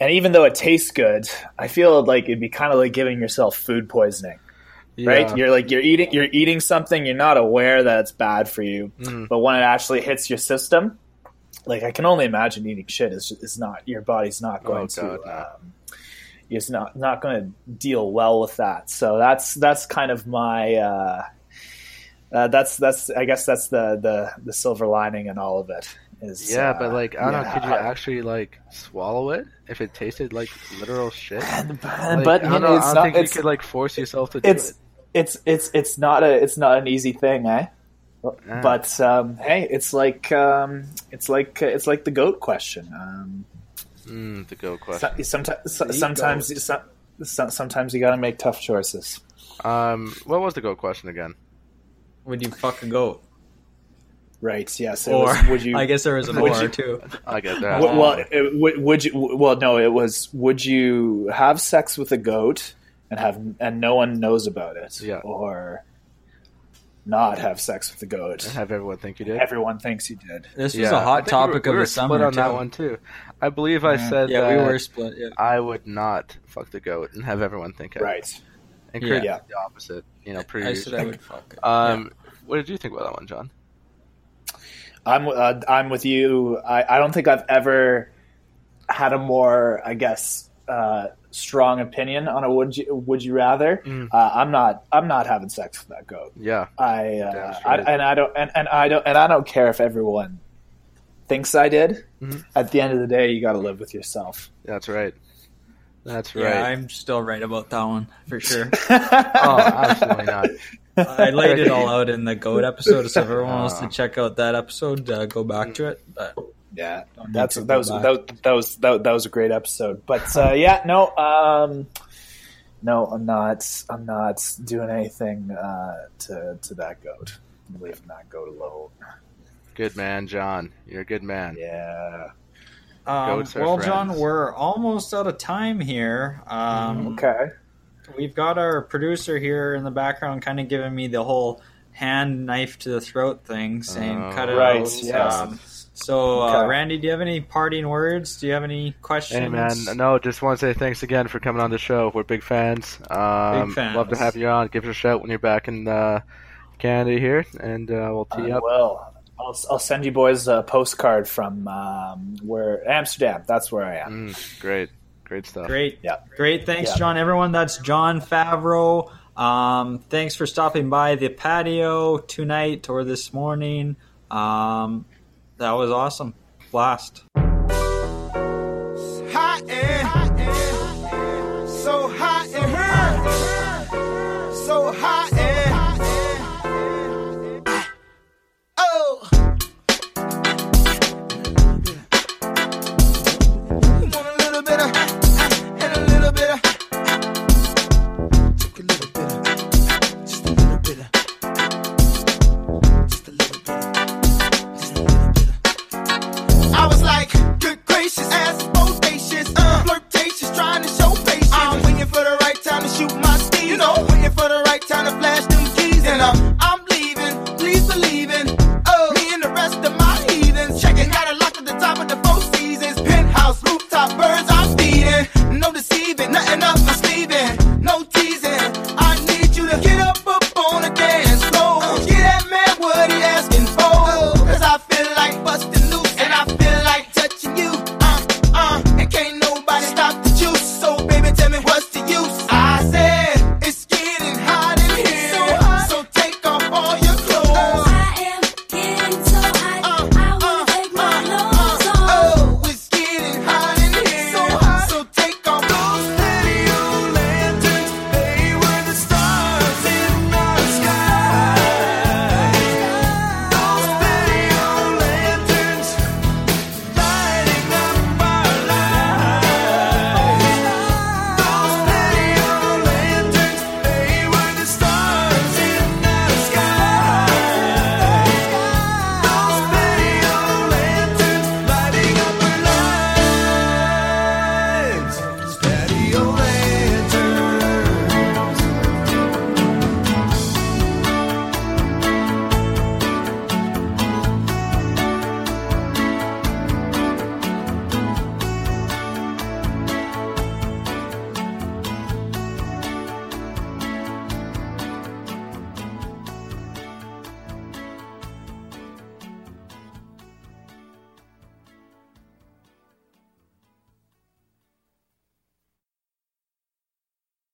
Speaker 3: and even though it tastes good i feel like it'd be kind of like giving yourself food poisoning
Speaker 7: Yeah.
Speaker 3: *laughs* right you're like you're eating you're eating something you're not aware that it's bad for you
Speaker 7: Mhm.
Speaker 3: but when it actually hits your system like i can only imagine eating shit is is not your body's not going to
Speaker 7: Oh, God,
Speaker 3: uh, is not not going to deal well with that. So that's that's kind of my uh, uh, that's that's I guess that's the, the the silver lining in all of it. Is
Speaker 7: yeah,
Speaker 3: uh,
Speaker 7: but like I don't know.
Speaker 3: yeah.
Speaker 7: Could you actually like swallow it if it tasted like literal shit? Like,
Speaker 3: but
Speaker 7: I
Speaker 3: you
Speaker 7: don't,
Speaker 3: know,
Speaker 7: know,
Speaker 3: it's
Speaker 7: I don't
Speaker 3: not-
Speaker 7: think you
Speaker 3: it's-
Speaker 7: could like force yourself to do
Speaker 3: it's
Speaker 7: it.
Speaker 3: it's it's it's not a it's not an easy thing, eh?
Speaker 7: Yeah.
Speaker 3: But um, hey, it's like um, it's like uh, it's like the goat question. Um,
Speaker 7: Mm, the go question.
Speaker 3: so, sometimes sometimes some, some- sometimes you got to make tough choices.
Speaker 7: Um, what was the go question again?
Speaker 6: Would you fuck a goat?
Speaker 3: Right? Yes. it
Speaker 6: Or
Speaker 3: was, would you?
Speaker 6: *laughs* I guess there was a
Speaker 3: would
Speaker 6: more
Speaker 3: you-
Speaker 6: too.
Speaker 7: I get that.
Speaker 3: Well, well, it- would, would you? Well, no, it was. Would you have sex with a goat and have and no one knows about it,
Speaker 7: Yeah.
Speaker 3: or not have sex with the goat?
Speaker 7: have everyone think you did.
Speaker 3: Everyone thinks you did.
Speaker 6: This was
Speaker 7: Yeah,
Speaker 6: a
Speaker 7: I
Speaker 6: hot
Speaker 7: think we were-
Speaker 6: topic
Speaker 7: we
Speaker 6: of
Speaker 7: were
Speaker 6: the
Speaker 7: split
Speaker 6: summer.
Speaker 7: on that
Speaker 6: too.
Speaker 7: one too. I believe I said
Speaker 6: Yeah, we
Speaker 7: that
Speaker 6: were split. Yeah.
Speaker 7: I would not fuck the goat and have everyone think I did.
Speaker 3: Right.
Speaker 7: And
Speaker 6: Yeah.
Speaker 7: Kurt did
Speaker 3: Yeah.
Speaker 7: the opposite. You know, pretty.
Speaker 6: I said I would fuck it.
Speaker 7: *laughs* Um, what did you think about that one, John?
Speaker 3: I'm uh, I'm with you. I, I don't think I've ever had a more I guess uh, strong opinion on a would you would you rather.
Speaker 7: Mm.
Speaker 3: Uh, I'm not I'm not having sex with that goat.
Speaker 7: Yeah.
Speaker 3: I,
Speaker 7: Damn
Speaker 3: uh, I
Speaker 7: straight.
Speaker 3: and I don't and, and I don't and I don't care if everyone thinks I did.
Speaker 7: Mhm.
Speaker 3: At the end of the day, you got to live with yourself. *laughs*
Speaker 7: That's right. That's
Speaker 6: Yeah,
Speaker 7: right.
Speaker 6: I'm still right about that one for sure. *laughs*
Speaker 7: oh, absolutely not. *laughs*
Speaker 6: I laid it all out in the goat episode, so if everyone wants to
Speaker 7: Ah.
Speaker 6: check out that episode, uh, go back to it. But
Speaker 3: Yeah,
Speaker 6: Don't need
Speaker 3: that's
Speaker 6: to
Speaker 3: that
Speaker 6: go
Speaker 3: was
Speaker 6: back.
Speaker 3: that, that was that, that was a great episode.
Speaker 6: *laughs*
Speaker 3: But uh, yeah, no, um, no, I'm not. I'm not doing anything uh, to to that goat. I'm leaving that goat alone.
Speaker 7: Good man, John. You're a good man.
Speaker 3: Yeah.
Speaker 6: um,
Speaker 7: Goats are
Speaker 6: well, John,
Speaker 7: friends.
Speaker 6: we're almost out of time here. Um,
Speaker 3: Okay.
Speaker 7: Mm-hmm.
Speaker 6: We've got our producer here in the background, kind of giving me the whole hand knife to the throat thing, saying
Speaker 7: Oh.
Speaker 6: "cut it
Speaker 3: Right,
Speaker 6: out."
Speaker 3: yes.
Speaker 6: Um, so, uh,
Speaker 3: Okay.
Speaker 6: Randy, do you have any parting words? Do you have any questions?
Speaker 7: Hey man, no, just want to say thanks again for coming on the show. We're big fans. Um,
Speaker 6: Big fans.
Speaker 7: Love to have you on. Give us a shout when you're back in uh, Canada here, and uh, we'll tee
Speaker 3: I
Speaker 7: up.
Speaker 3: will. I'll, I'll send you boys a postcard from um, where Amsterdam. That's where I am.
Speaker 7: Mm, great, great stuff.
Speaker 6: Great.
Speaker 3: Yeah.
Speaker 6: Great. Thanks,
Speaker 3: Yeah.
Speaker 6: John. Everyone, that's John Favreau. Um, thanks for stopping by the patio tonight or this morning. Um, that was awesome. Blast.
Speaker 7: uh, uh,